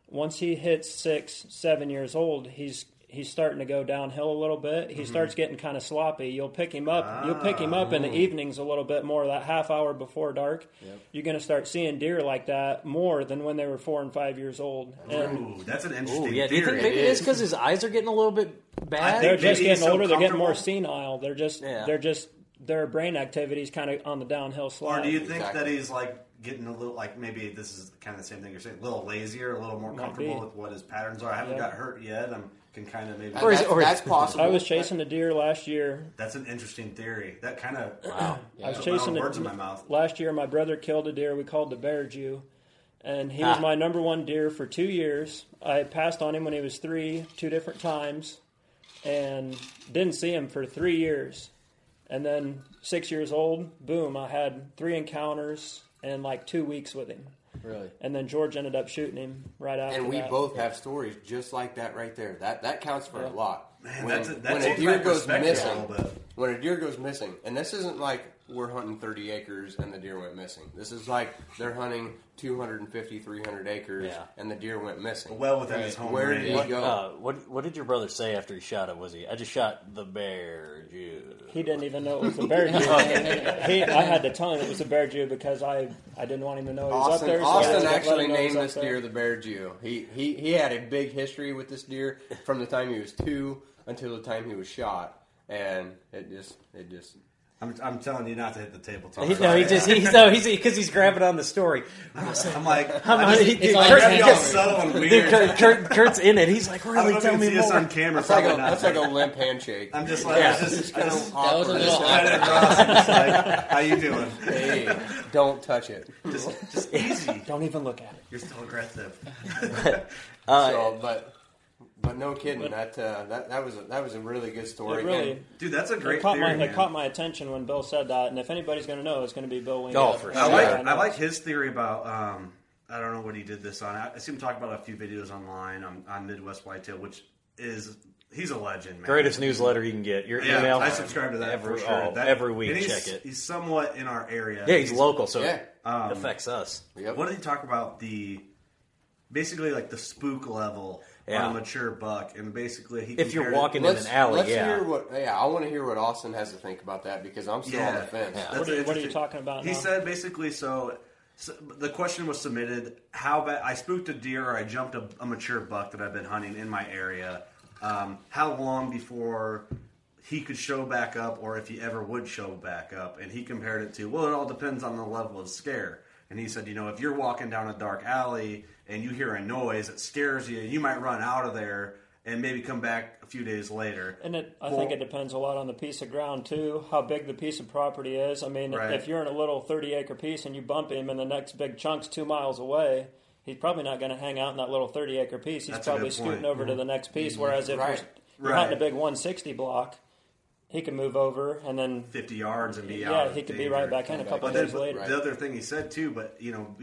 Once he hits six, seven years old, he's he's starting to go downhill a little bit. He
Mm-hmm.
Mhm.
starts getting kind of sloppy. You'll pick him up. you'll pick him up
Ah.
in the evenings a little bit more. That half hour before dark,
Yep.
you're going to start seeing deer like that more than when they were four and five years old. And
Ooh, that's an
Ooh,
interesting
yeah, do
theory.
you think maybe it's because his eyes are getting a little bit bad?
they're just getting older. They're getting more senile. They're just
Yeah.
they're just their brain activity is kind of on the downhill slide.
Or do you think that he's like getting a little like maybe this is kind of the same thing you're saying, a little lazier, a little more
Might
comfortable
be.
with what his patterns are? I haven't
Yeah.
got hurt yet. I'm can kind of maybe.
Or is- That's- or is- that's possible. I was chasing a deer last year.
That's an interesting theory. That kind of
[CLEARS THROAT]
wow.
I was
Put my own
chasing a-
words in my mouth.
Last year, my brother killed a deer we called the bear Jew, and he was
Ah.
my number one deer for two years. I passed on him when he was three, two different times, and didn't see him for three years. And then six years old, boom, I had three encounters and like two weeks with him.
Really?
And then George ended up shooting him right after.
and we
that.
both have stories just like that right there. That that counts for
Yeah.
a lot.
Man, that's a- that
when a
changed
deer
my
goes
perspective a
missing,
little
when a deer goes missing, and this isn't like we're hunting 30 acres and the deer went missing. This is like they're hunting 250, 300 acres
Yeah.
and the deer went missing.
Well within his home
Where did
what,
he go?
Uh, what What did your brother say after he shot it? Was he? I just shot the bear. Jew.
He didn't even know it was a
[LAUGHS]
bear Jew. he, I had to tell him it was a bear Jew because I, I didn't want him to know he was
Austin,
up there. so I
Austin
just let him
actually
know he was
named
up
this
there.
deer the Bear Jew. He, he he had a big history with this deer from the time he was two until the time he was shot, and it just it just.
I'm, I'm telling you not to hit the table.
He- no, he just he's no, he's because he's grabbing on the story.
[LAUGHS] I'm
[LAUGHS]
like,
I'm
I just-
dude,
it's like
Kurt-
every
Kurt-
subtle and
dude,
weird.
Kurt, Kurt- Kurt's in it. He's like,
I don't
really,
know if
tell
you
me
can
more.
see us on camera,
That's like, a,
probably not. [LAUGHS]
that's like a limp handshake.
I'm just like, I was just- I
Kinda
just-
awkward.
That was a
Just
little
cut it [LAUGHS]
awkward.
across and just
like, how you doing?
Hey, don't touch it.
[LAUGHS]
Just, just easy.
Don't even look at it.
You're
[LAUGHS]
still aggressive. [LAUGHS]
Uh,
so, but but no kidding. that uh, that that was a, that was a really good story.
It really,
And-
It caught, my, it caught my attention when Bill said that, and if anybody's going to know, it's going to be Bill Wayne.
I like, Oh, I like his theory about. Um, I don't know what he did this on. I, I see him talk about a few videos online on, on Midwest Whitetail, which is he's a legend. Man.
Greatest newsletter you can get. Your
yeah,
email.
I subscribe to that
Every-
for sure.
oh,
That-
every week,
and he's-
check it.
He's somewhat in our area.
Yeah, he's local, so it
Um,
affects us.
What did he talk about the? Basically, like the spook level
Yeah.
on a mature buck, and basically he.
If you're
compared it-
walking in an alley,
Let's
yeah.
hear what. Yeah, I want to hear what Austin has to think about that because I'm still on the fence.
That's interesting. He said basically, so, so the question was submitted: How bad I spooked a deer or I jumped a, a mature buck that I've been hunting in my area. Um, how long before he could show back up, or if he ever would show back up? And he compared it to, well, it all depends on the level of scare. And he said, you know, if you're walking down a dark alley and you hear a noise that scares you, you might run out of there and maybe come back a few days later.
And it, I
Well-
think it depends a lot on the piece of ground too, how big the piece of property is. I mean,
Right.
if you're in a little 30 acre piece and you bump him, and the next big chunk's two miles away, he's probably not going to hang out in that little 30 acre piece. He's
That's a
probably
good point.
scooting over to
Mhm.
the next piece.
Mhm.
Whereas if
Right.
you're, you're
Right.
hunting a big 160 block, he can move over and then
50 yards and be
yeah,
out. of
he could be
danger.
right back in a couple
But then
days later.
The other thing he said too, but you know,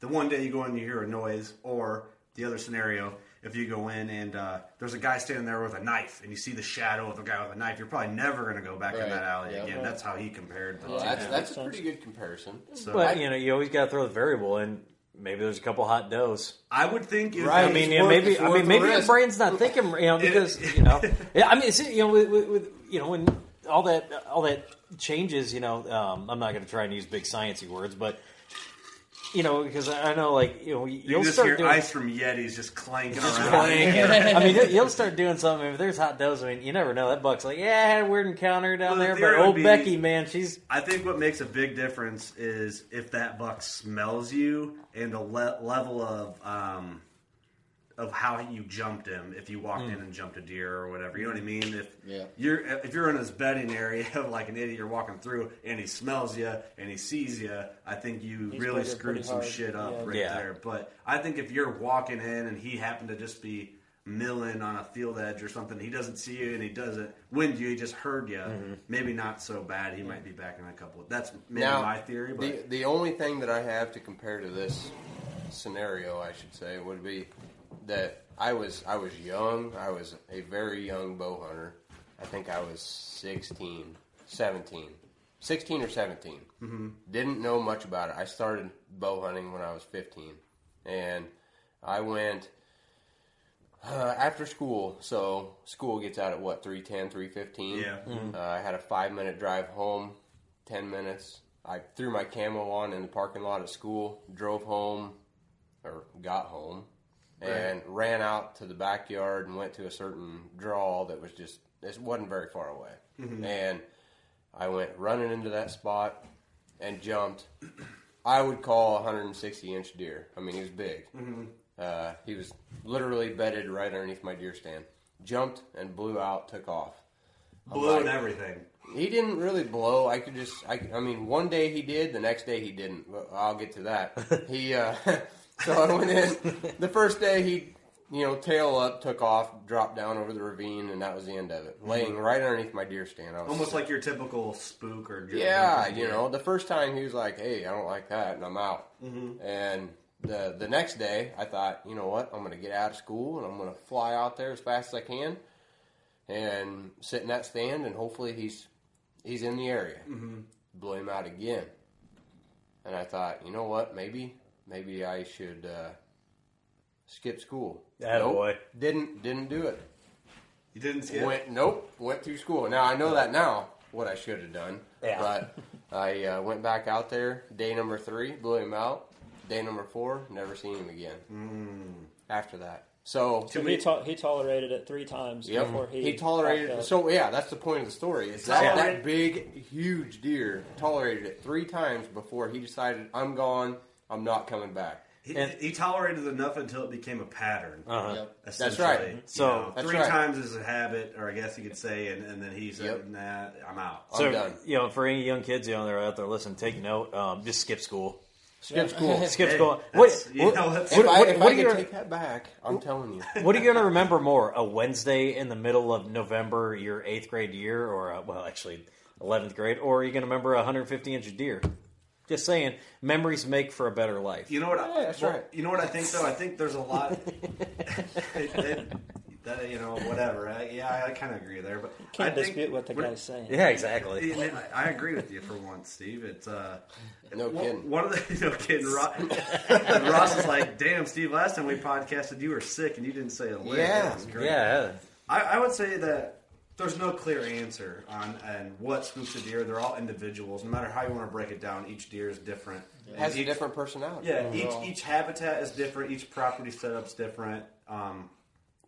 the one day you go and you hear a noise, or the other scenario, if you go in and uh, there's a guy standing there with a knife and you see the shadow of the guy with a knife, you're probably never going to go back in
Right.
that alley
Yep.
again. That's how he compared the
Well,
two.
that's, that's a pretty good comparison.
but you know, you always got to throw the variable in. Maybe there's a couple hot doughs.
I would think.
if-
right. I
if
mean,
it's
yeah,
worth-
maybe.
it's
I
worth
mean,
the
maybe your
risk.
brain's not thinking. You know, because you
[LAUGHS]
know. Yeah, I mean, it's, you know, with, with, with you know, when all that all that changes, you know, um, I'm not going to try and use big sciencey words, but you know, because I I know, like, you know,
you
you'll
just
start
hear
doing
ice from Yetis just clanking around.
clanking. I mean, you'll- you'll start doing something. If there's hot doughs, I mean, you never know. That buck's like, yeah, I had a weird encounter down
Well,
there,
the
but
theory would
old
be-
Becky, man, she's
I think what makes a big difference is if that buck smells you and the le- level of um, of how you jumped him. If you walked in
Mm.
and jumped a deer or whatever, you know what I mean. If
Yeah.
you're if you're in his bedding area [LAUGHS] like an idiot, you're walking through and he smells you and he sees you. I think you
He's
really
played it
screwed
pretty
some
hard,
shit up
yeah.
right
Yeah.
there. But I think if you're walking in and he happened to just be milling on a field edge or something, he doesn't see you and he doesn't wind you. He just heard you.
Mhm.
Maybe not so bad. He might be back in a couple. That's maybe
Now,
my theory. But
the, the only thing that I have to compare to this scenario, I should say, would be that I was I was young. I was a very young bow hunter. I think I was 16, 17. 16 or 17.
Mhm.
Didn't know much about it. I started bow hunting when I was 15. And I went uh, after school. So school gets out at what, 310, 315?
Yeah. Mhm.
Uh, I had a five minute drive home, 10 minutes. I threw my camo on in the parking lot at school, drove home, or got home, and ran out to the backyard and went to a certain draw that was just, it wasn't very far away.
Mhm.
And I went running into that spot and jumped. [CLEARS THROAT] I would call a 160 inch deer. I mean, he was big.
Mhm.
Uh, he was literally bedded right underneath my deer stand. Jumped and blew out, took off. I'm
Blew and everything.
He didn't really blow. I could just, I, I mean, one day he did, the next day he didn't. Well, I'll get to that. he, uh, [LAUGHS] so I went in. The first day he, you know, tail up, took off, dropped down over the ravine, and that was the end of it. Laying right underneath my deer stand. I was
almost
sick.
like your typical spook or
Yeah, you know, the first time he was like, "Hey, I don't like that," and I'm out.
Mhm.
And the the next day, I thought, you know what? I'm going to get out of school and I'm going to fly out there as fast as I can, and sit in that stand, and hopefully he's he's in the area.
Mhm.
Blew him out again, and I thought, you know what? Maybe maybe I should uh, skip school.
Attaboy.
Didn't didn't do it.
You didn't skip?
Went nope. Went through school. Now I know that now what I should have done.
Yeah.
But I uh, went back out there day number three, blew him out. Day number four, never seen him again.
Mm.
After that, so
So he, to- he tolerated it three times
Yep.
before he
He, tolerated.
backed
So yeah, that's the point of the story. Is that
Tolerated-
that big, huge deer tolerated it three times before he decided I'm gone. I'm not coming back.
He, he tolerated enough until it became a pattern.
Uh-huh. Yep. That's
essentially.
right.
You
So-
know,
That's
three
right.
times is a habit, or I guess you could say, and, and then he said, "Nah, I'm out.
So, you know, for any young kids you know, that are out there listening, take note. Um, just skip school.
Skip school.
skip
[LAUGHS] Hey,
school.
that's-
What,
you
what,
know,
what,
that's- If I-
what-
if I
what are
could
you-
take that back, I'm telling you.
What are you going to remember more? A Wednesday in the middle of November, your eighth grade year, or a, well, actually eleventh grade, or are you going to remember a 150 inch deer? Just saying, memories make for a better life.
You know what? I,
that's
well,
right.
You know what I think though. I think there's a lot. [LAUGHS] it, it, that, you know, whatever. I, yeah, I kind of agree there, but
Can't
I think-
dispute what the guy's saying.
Yeah, exactly.
And I- I agree with you for once, Steve. It's uh,
no
one,
kidding.
One of the [LAUGHS] no
[LAUGHS]
kidding. Ross, and Ross is like, "Damn, Steve. Last time we podcasted, you were sick and you didn't say a lick."
Yeah.
That was great.
Yeah.
I, I would say that there's no clear answer on and what spooks a deer. They're all individuals. No matter how you want to break it down, each deer is different.
It has
Each-
a different personality.
yeah, each each habitat is different. Each property setup's different. Um,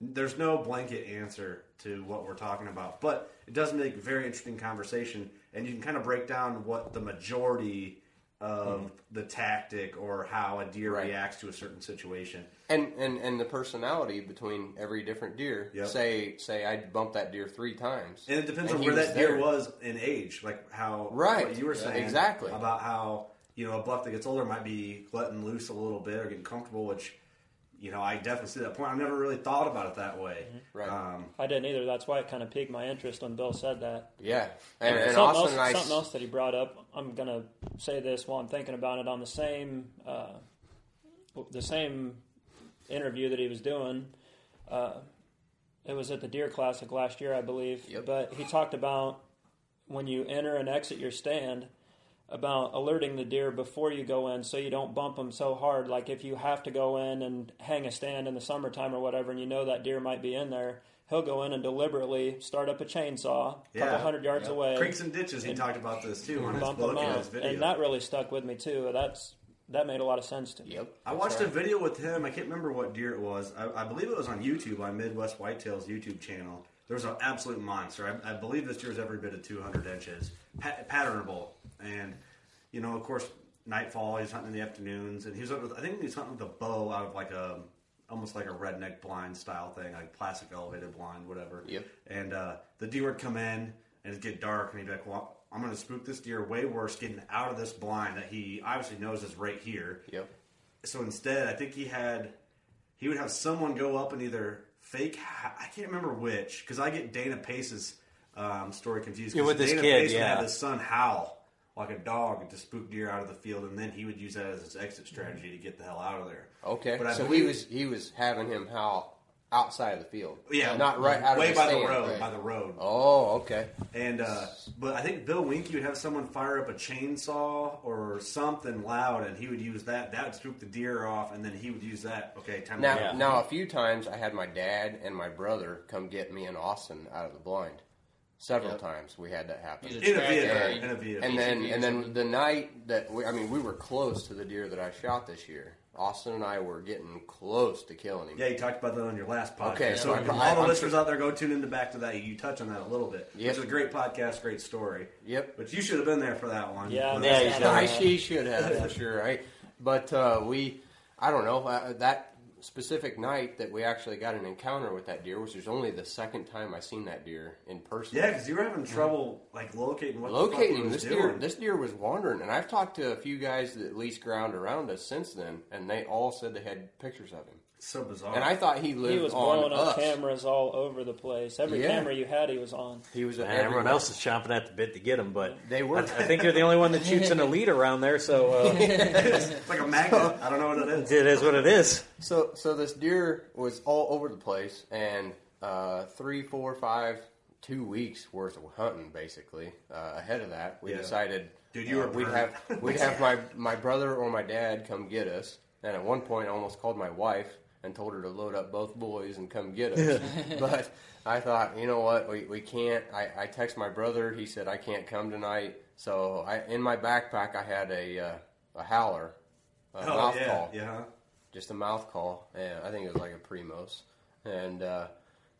there's no blanket answer to what we're talking about, but it does make very interesting conversation, and you can kind of break down what the majority of the tactic or how a deer reacts to a certain situation.
and and and the personality between every different deer.
Yep.
Say say I bumped that deer three times,
And it depends on
he
where
was
that deer
there.
was in age, like how
Right.
what you were
Yeah,
saying
exactly.
about how you know a buck that gets older might be letting loose a little bit or getting comfortable, which you know I definitely see that point. I've never really thought about it that way.
Mm-hmm.
Right. Um,
I didn't either. That's why it kind of piqued my interest when Bill said that.
Yeah. And- and
something,
Austin
else,
and I-
something else that he brought up. I'm gonna say this while I'm thinking about it. On the same, uh, the same interview that he was doing, Uh, it was at the Deer Classic last year, I believe. But he talked about when you enter and exit your stand about alerting the deer before you go in so you don't bump them so hard like if you have to go in and hang a stand in the summertime or whatever and you know that deer might be in there he'll go in and deliberately start up a chainsaw a couple hundred yards
Yep.
away
Creeks and ditches. He talked about this too on his
bump 'em
book and
out.
his video.
and that really stuck with me too that's that made a lot of sense to me
yep
I watched a video with him. I can't remember what deer it was. I, I believe it was on YouTube on Midwest Whitetails YouTube channel. There was an absolute monster. I, I believe this deer's every bit of 200 inches, pa- patternable, and you know, of course, nightfall. He's hunting in the afternoons, and he was up with. I think he was hunting with a bow out of like a almost like a redneck blind style thing, like plastic elevated blind, whatever. Yep. And uh, the deer would come in, and it'd get dark, and he'd be like, "Well, I'm going to spook this deer way worse getting out of this blind that he obviously knows is right here."
Yep.
So instead, I think he had he would have someone go up and either fake I can't remember which because I get Dana Pace's um, story confused. 'cause
Yeah, with this
Dana
kid,
Pace would
yeah.
have his son howl like a dog to spook deer out of the field, and then he would use that as his exit strategy to get the hell out of there.
Okay,
But I
Mm-hmm. so
believe-
he was he was having him howl outside of the field.
Yeah,
not right out
way
of the
by the
stand,
road,
right.
by the road.
Oh, okay.
And uh, but I think Bill Winky would have someone fire up a chainsaw or something loud, and he would use that. That would spook the deer off, and then he would use that. Okay, time
Now,
to go.
now a few times I had my dad and my brother come get me and Austin out of the blind. Several times we had that happen.
He's a In a tractor, vehicle, and- in a vehicle.
And then,
ATV or
and then the night that we, I mean, we were close to the deer that I shot this year. Austin and I were getting close to killing him.
Yeah, you talked about that on your last podcast.
Okay,
so
so I-
all the
I'm
listeners
sure-
out there, go tune in the back to that. You touch on that a little bit.
Yep.
It's a great podcast, great story.
Yep.
But you should have been there for that one. But-
I, she should have for sure, right? But uh, we, I don't know uh, that specific night that we actually got an encounter with that deer, which is only the second time I seen that deer in person.
yeah, because you were having trouble like locating what
locating
the fuck he was
this
doing.
deer. This deer was wandering, and I've talked to a few guys that lease ground around us since then, and they all said they had pictures of him.
So bizarre.
And I thought he lived
he was
on
blowing
us.
up cameras all over the place every
Yeah.
camera you had he was on
He was
And everyone else is chomping at the bit to get him, but
they were.
I, I think you're the only one that shoots an elite around there, so uh,
[LAUGHS] it's like
[LAUGHS]
a magnet. I don't know what it is.
it is what it is.
So, so this deer was all over the place, and uh, three, four, five, two weeks worth of hunting, basically. Uh, ahead of that, we
Yeah.
decided,
Dude, you
uh,
were
we'd
burnt.
have we'd have
[LAUGHS]
my my brother or my dad come get us. And at one point, I almost called my wife and told her to load up both boys and come get
[LAUGHS]
us. [LAUGHS] but I thought, you know what, we, we can't. I, I text my brother. He said I can't come tonight. So I in my backpack I had a uh, a howler, a
Oh,
mouth
yeah,
call
yeah.
just a mouth call, and I think it was like a Primos, and uh,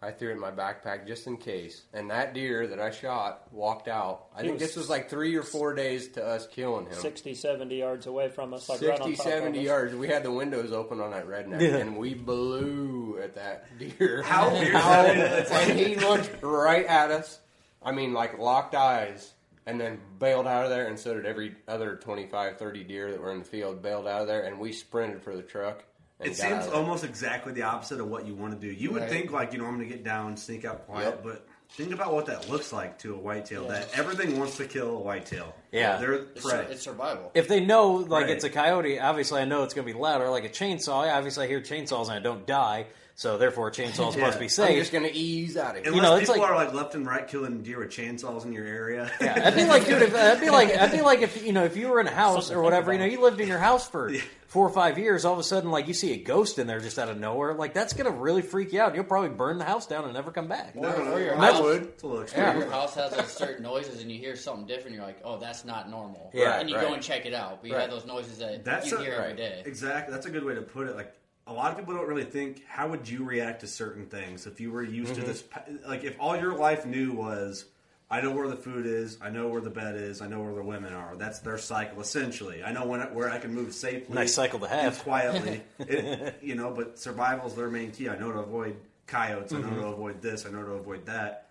I threw it in my backpack just in case. And that deer that I shot walked out. I
He
think
was-
this was like three or four days to us killing him.
60 70 yards away from us like right on
60,
top of
70
us.
yards. We had the windows open on that redneck,
Yeah.
and we blew at that
[LAUGHS]
deer.
How weird is
How-
that? It's like-
and he looked right at us. I mean, like locked eyes, and then bailed out of there, and so did every other 25, 30 deer that were in the field, bailed out of there, and we sprinted for the truck. And
It
got out
seems
of there.
almost exactly the opposite of what you want to do. You would
Right.
think like, you know, I'm going to get down, sneak out quiet,
Yep.
but think about what that looks like to a whitetail.
Yeah.
That everything wants to kill a whitetail.
Yeah.
they're
It's
prey.
It's survival.
If they know like
Right.
it's a coyote, obviously I know it's going to be louder, like a chainsaw. Obviously, I hear chainsaws and I don't die, so therefore a chainsaw is
Yeah.
supposed to be safe.
I'm just gonna ease out of here.
Unless
You know, it's
people
like-
are like left and right killing deer with chainsaws in your area.
I feel like, dude, if, I feel like, I feel like if you know, if you were in a
[LAUGHS]
house or whatever, you know, you lived in your house for four or five years, all of a sudden, like you see a ghost in there just out of nowhere, like that's gonna really freak you out. You'll probably burn the house down and never come back.
Or- or your
I
house-
would.
It's a little
or
extreme.
Your house has like certain noises, and you hear something different. You're like, "Oh, that's not normal."
Yeah,
and you
right.
go and check it out. But you
Right.
have those noises that
That's
you
a-
hear every day.
Exactly. That's a good way to put it. Like a lot of people don't really think how would you react to certain things if you were used
Mhm.
Mm-hmm.
to this. pa- Like if all your life knew was. I know where the food is. I know where the bed is. I know where the women are. That's their cycle, essentially. I know when I- where I can move safely.
Nice cycle to
and
[LAUGHS]
have.
quietly, It- you know. But survival is their main key. I know to avoid coyotes. I know
Mm-hmm.
Mhm.
to avoid this. I know to avoid that.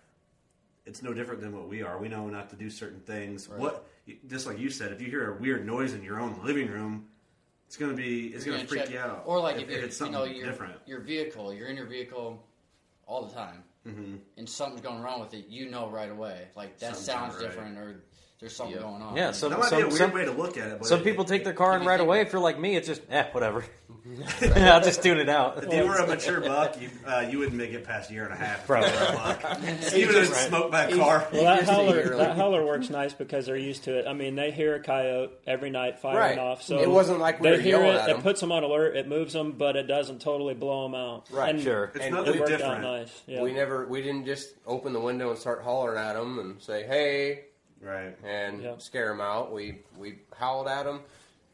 It's no different than what we are. We know not to do certain things.
Right.
What, just like you said, if you hear a weird noise in your own living room, it's gonna be it's
You're
gonna, freak
check-
you out.
Or like if, you're,
it's something
you know, your,
different.
your vehicle, you're in your vehicle all the time,
Mhm.
Mm-hmm.
and something's going wrong with it. You know right away. Like that
Something's
sounds
not right.
different, or
there's something going on.
Yeah, some,
so
some, some- some people take their car and ride away. If you're like me, it's just eh, [LAUGHS]
[LAUGHS]
whatever. I'll just tune it out.
If you were a mature buck,
[LAUGHS]
you uh, you wouldn't make it past a year and a half.
Probably.
so you would have smoked by
[LAUGHS]
a car.
Well, that howler, that howler works nice because they're used to it. I mean, they hear a coyote every night firing
Right.
off. So
It wasn't like we
they
were
hear
yelling
it.
at
it
them.
puts them on alert. It moves them, but it doesn't totally blow them out. And- and it worked out nice. Yeah.
We never, we didn't just open the window and start hollering at them and say, "Hey,"
right,
and scare him out. We we howled at him.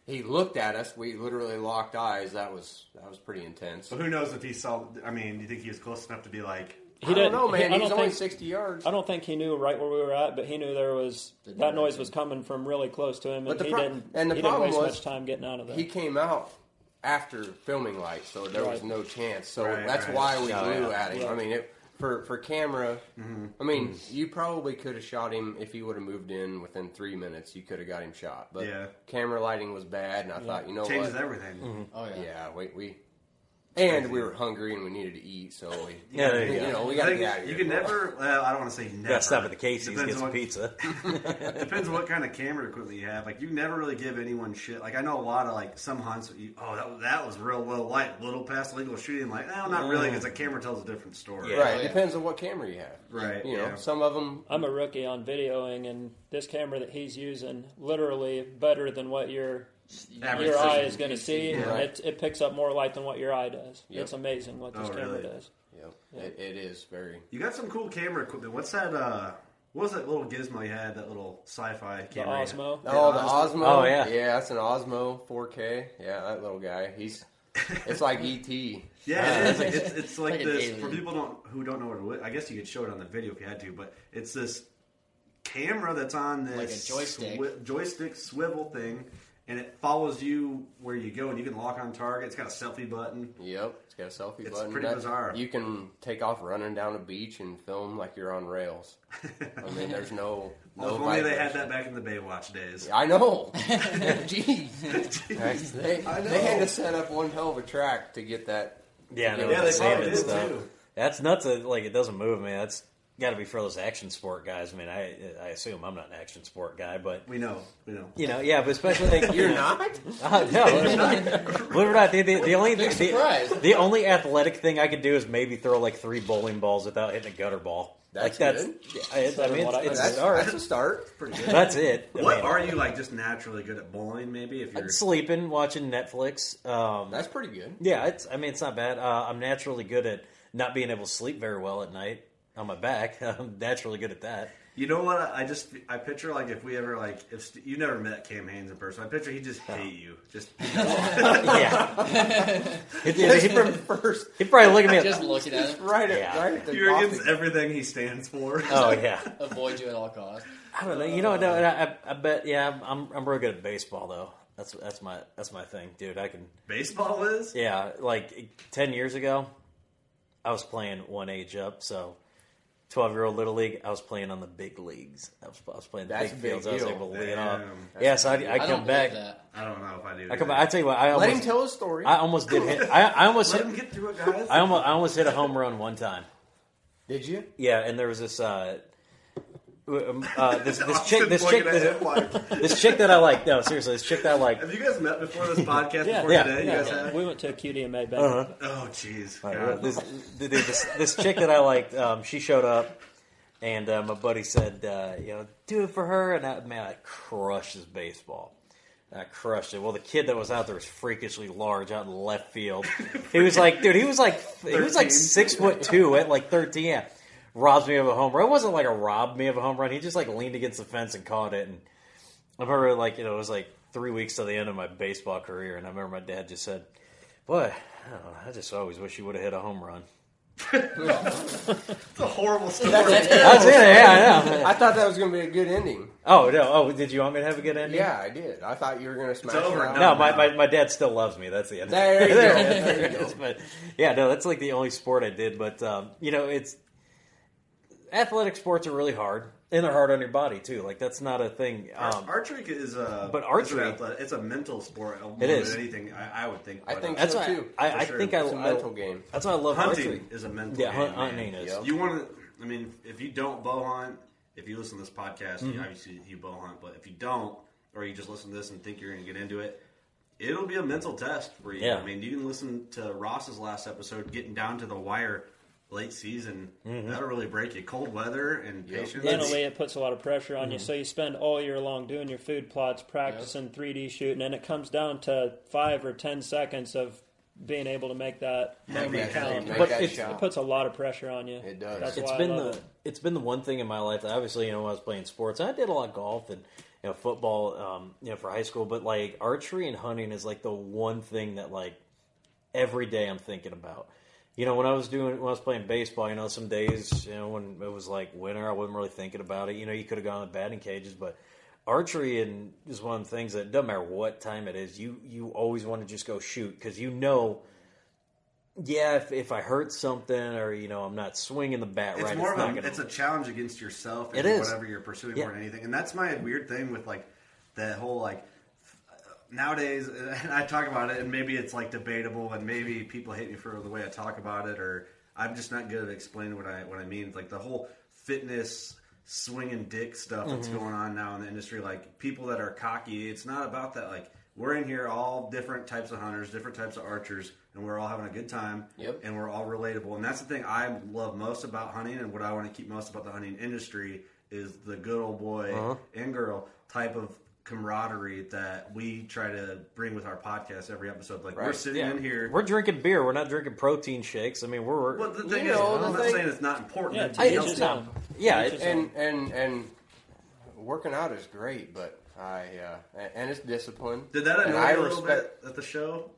He looked at us. We literally locked eyes. That was that was pretty intense.
So who knows if he saw? I mean, do you think he was close enough to be like?
I don't know, man.
I
He's
don't
only
think-
sixty yards.
I don't think he knew right where we were at, but he knew there was that noise was coming from really close to him, and
But the
he
pro-
didn't.
and the
he
problem
didn't waste
was
much time getting out of there.
He came out after filming light, so there was
Right.
no chance. So
Right,
that's
right.
why we
Oh,
blew
yeah.
at him.
Yeah.
I mean, it, for for camera,
Mm-hmm.
I mean, you probably could have shot him if he would have moved in within three minutes. You could have got him shot, but
Yeah.
camera lighting was bad, and I
Yeah.
thought, you know, Oh,
Changes
what?
everything. Mhm.
Oh yeah,
yeah. We we. And we were hungry and we needed to eat, so we,
[LAUGHS] Yeah, there you
you,
go.
know, we
I
got to
think
get out of
you
here.
can never- well, I don't wanna say You never. gotta stop at the Casey's,
Casey's,
Depends
get
get some
some
on-
pizza.
[LAUGHS]
[LAUGHS]
Depends on what kind of camera equipment you have. Like you never really give anyone shit. Like I know a lot of like some hunts. that You, oh, that, that was real low light, little past legal shooting. Like no, not really, because the camera tells a different story.
Mm. Right, it depends on what camera you have.
Right,
You know,
yeah.
some of them
I'm a rookie on videoing, and this camera that he's using literally better than what your
Average
your eye
person
is going to
can
see.
see. Yeah. Right.
It, it picks up more light than what your eye does.
Yep.
It's amazing what this
Oh,
camera
really?
does.
Yep. It, it is very.
You got some cool camera equipment. What's that? uh What was that little gizmo you had? That little sci-fi camera. you had?
Osmo?
Yeah,
Oh, the Osmo.
Oh yeah.
yeah, that's an Osmo 4K. Yeah, that little guy.
[LAUGHS]
He's it's like E ET.
Yeah, it is. Uh, It's, it's, like,
an
this.
alien.
For people don't who don't know what it is, I guess you could show it on the video if you had to, but it's this camera that's on this
Like a joystick.
swi- joystick swivel thing, and it follows you where you go, and you can lock on target. It's got a selfie button.
Yep, it's got a selfie
It's
button.
pretty
That-
bizarre.
You can take off running down a beach and film like you're on
[LAUGHS]
rails. I mean, there's no no.
Well, if only they had
vibration.
that back in the Baywatch days.
I
[LAUGHS]
know. [LAUGHS] Jeez, they,
I
they had
know.
to set up one hell of a track to get that.
Yeah,
to
no,
get
yeah,
that
they sand
saved.
and stuff. That's nuts. That, like it doesn't move, man. That's got to be for those action sport guys. I mean, I I assume I'm not an action sport guy, but
we know, we know.
You know, yeah, but especially like
You're
you know-
not?
[LAUGHS] Uh, no, believe it or not, the, the, the only
Big
the,
surprise.
the only athletic thing I could do is maybe throw like three bowling balls without hitting a gutter ball. like
That's
that's
good.
yeah, it's, I mean, it's, it's
that's,
all right.
that's a start.
Pretty good.
That's it. I
What
mean-
are you like? Just naturally good at bowling? Maybe if you're
sleeping, watching Netflix. Um,
That's pretty good.
Yeah, it's. I mean, it's not bad. Uh, I'm naturally good at not being able to sleep very well at night on my back. I'm naturally good at that.
You know what? I just I picture like if we ever like if St- you never met Cam Haynes in person, I picture he just hate you. Just [LAUGHS]
[LAUGHS] yeah. He- he-
Just
he-
from first.
he'd probably look at me and- Just
looking at him. Right at,
Yeah.
right at the
You're
coffee
against everything he stands for.
Oh yeah.
avoid you at all costs.
I don't know. You know, no, I, I- I bet. Yeah, I'm, I'm I'm real good at baseball though. That's that's my that's my thing, dude. I can
[LAUGHS] baseball is
yeah. Like ten years ago, I was playing one age up, so twelve year old little league. I was playing on the big leagues. I was, I was playing the
That's
big
a big
fields. I was
deal.
able to lead off.
Damn.
Yes, yeah, so I, I
I
come
don't
back.
believe that.
I don't know if I do.
I come. back- I tell you what. I almost,
Let him tell his story.
I almost
[LAUGHS]
did hit. I, I almost
Let
hit,
him get through it, guys.
[LAUGHS] I almost I almost hit a home run one time.
Did you?
Yeah, and there was this uh, um, uh,
[LAUGHS]
this, this
Austin
chick this
looking
chick
at him like-
this, this chick that I like. No, seriously, this chick that I like.
Have you guys met before this
[LAUGHS]
podcast?
Yeah.
before
Yeah.
today,
Yeah.
you guys have.
We went to a QDMA bank.
Uh-huh.
Oh jeez.
Like,
God.
this, dude, this this chick that I liked, um, she showed up, and uh, my buddy said, uh, you know, do it for her, and I, man, I crushed his baseball. I crushed it. Well, the kid that was out there was freakishly large out in left field. He was like, dude, he was like, he was like
13.
six foot two at like thirteen. Yeah. Robs me of a home run. It wasn't like a rob me of a home run. He just like leaned against the fence and caught it. And I remember like you know it was like three weeks to the end of my baseball career, and I remember my dad just said, "Boy, I, don't know, I just always wish you would have hit a home run."
It's [LAUGHS] a horrible story.
That's it, yeah, I know.
I thought that was going to be a good ending.
Oh no! Oh, did you want me to have a good ending?
Yeah, I did. I thought you were going to smash
over.
it out.
No, my, my, my dad still loves me. That's the end.
Oh, There you go. There you
it is.
go.
But yeah, no, that's like the only sport I did. But um, you know, it's athletic sports are really hard, and they're hard on your body too. Like that's not a thing.
Ar-
Um,
archery is a
but
is an
archery-
athlete- it's a mental sport. uh, more
It
than
is.
anything. I, I would think.
I
but,
think
uh,
that's why I, I
For sure.
think I,
It's a
I-
mental game.
That's why I love
hunting
archery.
is a mental
Yeah,
game.
hun- hunting
man.
is.
You want to? I mean, if you don't bow hunt, if you listen to this podcast,
Mhm.
you obviously you bow hunt, but if you don't, or you just listen to this and think you're going to get into it, it'll be a mental test for you.
Yeah.
I mean, you can listen to Ross's last episode, getting down to the wire late season.
Mhm.
That'll really break you. Cold weather and patience.
Mentally, it puts a lot of pressure on you.
Mhm.
So you spend all year long doing your food plots, practicing 3D shooting, and it comes down to five or ten seconds of being able to make that
Yeah,
number
make that-
count.
make But that
it,
shot.
it puts a lot of pressure on you. It does. That's
it's
why
been
I love
the
it.
it's been the one thing in my life that obviously you know when I was playing sports I did a lot of golf and you know football um, you know for high school but like archery and hunting is like the one thing that like every day I'm thinking about you know when I was doing when I was playing baseball you know some days you know when it was like winter I wasn't really thinking about it you know you could have gone to batting cages but archery and is one of the things that doesn't matter what time it is you you always want to just go shoot because you know yeah, if, if I hurt something or you know I'm not swinging the bat
it's
right, it's
more of
not
a,
gonna.
it's a challenge against yourself and
It is.
whatever you're pursuing
Yeah.
more than anything and that's my weird thing with like the whole like nowadays and i talk about it and maybe it's like debatable and maybe people hate me for the way i talk about it or i'm just not good at explaining what i what i mean like the whole fitness swinging dick stuff that's
Mhm.
going on now in the industry like people that are cocky it's not about that like we're in here all different types of hunters different types of archers and we're all having a good time
Yep.
and we're all relatable and that's the thing i love most about hunting and what i want to keep most about the hunting industry is the good old boy
Uh-huh.
and girl type of camaraderie that we try to bring with our podcast every episode. Like we're
Right,
sitting
yeah.
in here.
We're drinking beer. We're not drinking protein shakes. I mean, we're.
Well, the thing is, I'm not saying it's not important.
Yeah,
It-
to
it
each
helps
his
you.
own. Yeah, it-
and and and working out is great, but I uh, and- and it's discipline.
Did that
and
annoy
I
you a little
respect
bit at the show?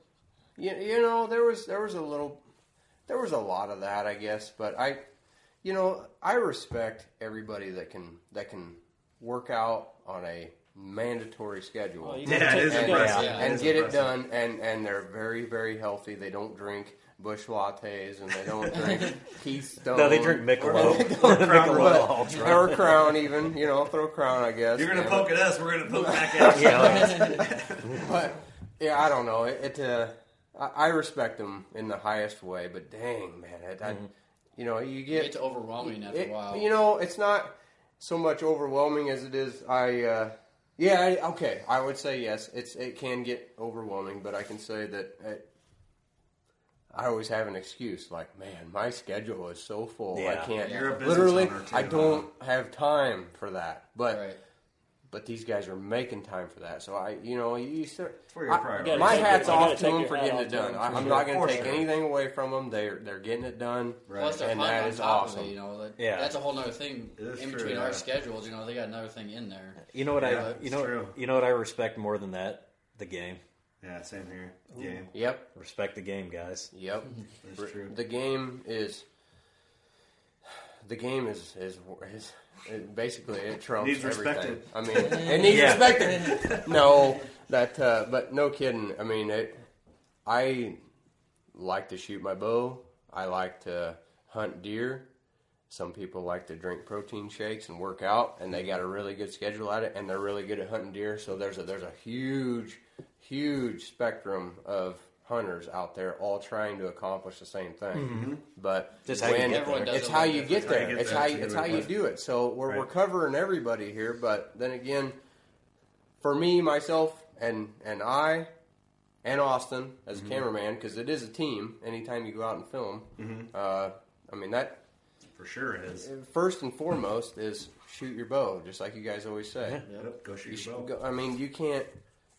You, you know, there was there was a little, there was a lot of that, I guess. But I, you know, I respect everybody that can that can work out on a mandatory schedule.
Oh, you gotta Yeah, it take is
and,
impressive.
and-
It
and
is
get it
impressive.
done. And and they're very very healthy. They don't drink. Bush lattes and they don't drink Keystone.
No, they drink Michelob. [LAUGHS]
Or, they don't-
Michelob
but-
Ultra.
or Crown even. You know, throw Crown. I guess
You're
[LAUGHS]
gonna
Yeah.
poke at us, we're gonna poke back at you. Yeah, oh, yeah.
but yeah, I don't know. It, it uh, I, I respect them in the highest way, but dang man, it, I, you know, you get
It's overwhelming after
it-
a while.
You know, it's not so much overwhelming as it is. I uh, yeah, I, okay, I would say yes. It's it can get overwhelming, but I can say that. It, I always have an excuse, like, man, my schedule is so full,
Yeah.
I can't.
You're a business
Literally,
owner, too,
I don't have time for that. But but these guys are making time for that. So I, you know, you start.
for your
I-
priority.
my
You gotta
hat's
take- you
off
gotta
to
take
them
your
for
hat
getting
off
it
to
done.
them,
I,
for
I'm
sure.
not going
For
to take
sure.
anything away from them. They're they're getting it done,
Plus, they're
and
hunting
that
on
is
top
awesome.
of it. You know, that,
Yeah.
that's a whole other thing
It is
in
true,
between
yeah.
our schedules. You know, they got another thing in there.
You know what
Yeah,
I? You know. You know what I respect more than that? The game.
Yeah, same here.
Ooh. Game. Yep.
Respect the game, guys.
Yep.
[LAUGHS] That's true.
The game is. The game is is, is it basically it trumps
Needs
everything.
respected.
I
[LAUGHS]
mean, it needs
Yeah.
respected. No, that uh, but no kidding. I mean, it. I like to shoot my bow. I like to hunt deer. Some people like to drink protein shakes and work out, and they got a really good schedule at it, and they're really good at hunting deer. So there's a there's a huge, huge spectrum of hunters out there, all trying to accomplish the same thing.
Mhm.
But
Just how you
when-
get there. Everyone does
it's
it
how
a
you
little
get
different.
there. It's how you, it's how you do it. So we're we're
Right.
covering everybody here, but then again, for me, myself, and and I, and Austin as a
Mhm.
cameraman, because it is a team. Anytime you go out and film,
Mhm.
uh, I mean that
For sure it is.
First and foremost is shoot your bow, just like you guys always say.
Yeah. Yep, go shoot
You
your
sh-
bow.
go- I mean, you can't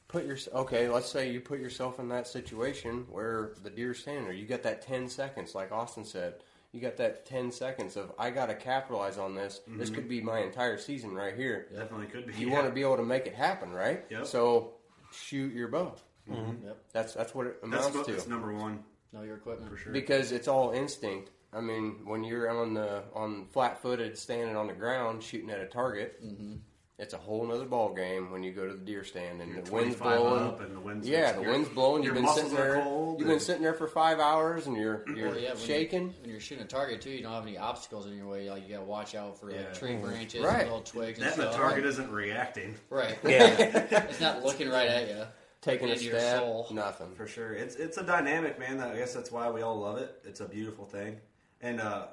put your okay. Let's say you put yourself in that situation where the deer's standing there. You got that ten seconds, like Austin said. You got that ten seconds of I got to capitalize on this. This
Mhm.
could be my entire season right here.
Definitely could be,
You
yeah.
want to
[LAUGHS]
be able to make it happen, right?
Yep.
So shoot your bow.
Mhm.
Yep.
That's that's what it
That's
amounts
what-
to.
that's number one.
Know your equipment for sure.
Because it's all instinct. I mean, when you're on the on flat footed, standing on the ground, shooting at a target,
Mm-hmm.
it's a whole nother ball game when you go to the deer stand and the wind's
25
blowing.
up and the wind's-
yeah, the
your-
wind's blowing. You've
your
been
muscles
sitting
are
there.
cold
You've been
and- Oh,
sitting there for five hours, and you're you're
Well, yeah, when
shaking.
You, when you're shooting a target too, you don't have any obstacles in your way. Like you got to watch out for
Yeah.
like, tree branches,
Right.
and little twigs.
That
and
the
stuff.
target isn't reacting.
Right. [LAUGHS] it's not looking right at you. in your soul.
nothing
for sure. It's it's a dynamic, man. I guess that's why we all love it. It's a beautiful thing, and uh,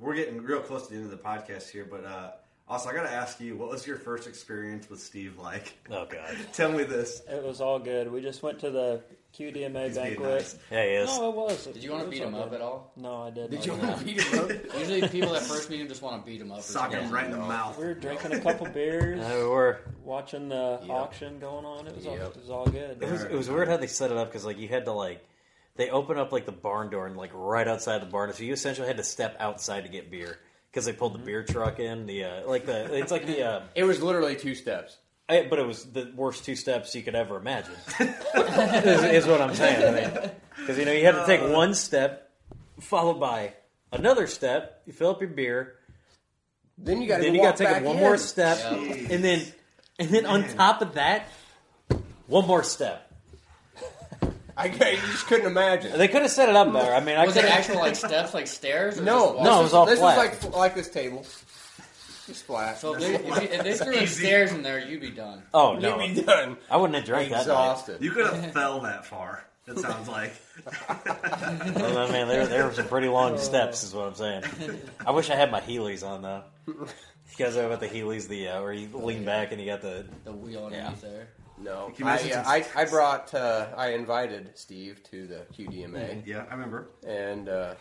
we're getting real close to the end of the podcast here. But uh, Also, I got to ask you, what was your first experience with Steve like?
Oh God,
[LAUGHS] tell me this.
It was all good. We just went to the QDMA
He's being
banquet.
nice. Yeah, he is.
No, it was.
Did you want to beat him up at all?
No, I didn't.
Did you want to beat him up? [LAUGHS] Usually, people that first meet him just want to beat him up. or
Sock him
something.
right in the mouth.
We were drinking a couple beers.
Yeah,
we were.
watching the auction going on. It was all, it was all good.
It was, it was weird how they set it up because like you had to like they open up like the barn door and like right outside the barn, so you essentially had to step outside to get beer because they pulled the beer truck in the uh, like the it's like the
[LAUGHS]
uh,
it was literally two steps.
Eh, but it was the worst two steps you could ever imagine. is, is what I'm saying. I mean, because you know you had to take one step followed by another step. You fill up your beer.
Then you gotta
then
go
you gotta
walk
take
back
one
in.
more step,
Yeah.
and then and then on top of that, one more step.
I you just couldn't imagine.
They could have set it up better. I mean, I
was it
could've-
actual like steps, like stairs? Or
No,
just
No, it was all
this
flat.
is like like this table. Just flat.
So if they, if you- if they threw a stairs in there, you'd be done.
Oh no,
You'd be done.
I wouldn't have drank
Exhausted.
You could have fell that far. It sounds like.
that night. I mean, there, there were some pretty long steps, is what I'm saying. I wish I had my Heelys on though. You guys know about the Heelys, the uh, where you lean back and you got the
the wheel underneath there.
No,
Can you
I,
imagine
uh, I, I brought uh, I invited Steve to the QDMA.
Mhm. Yeah, I remember.
And uh,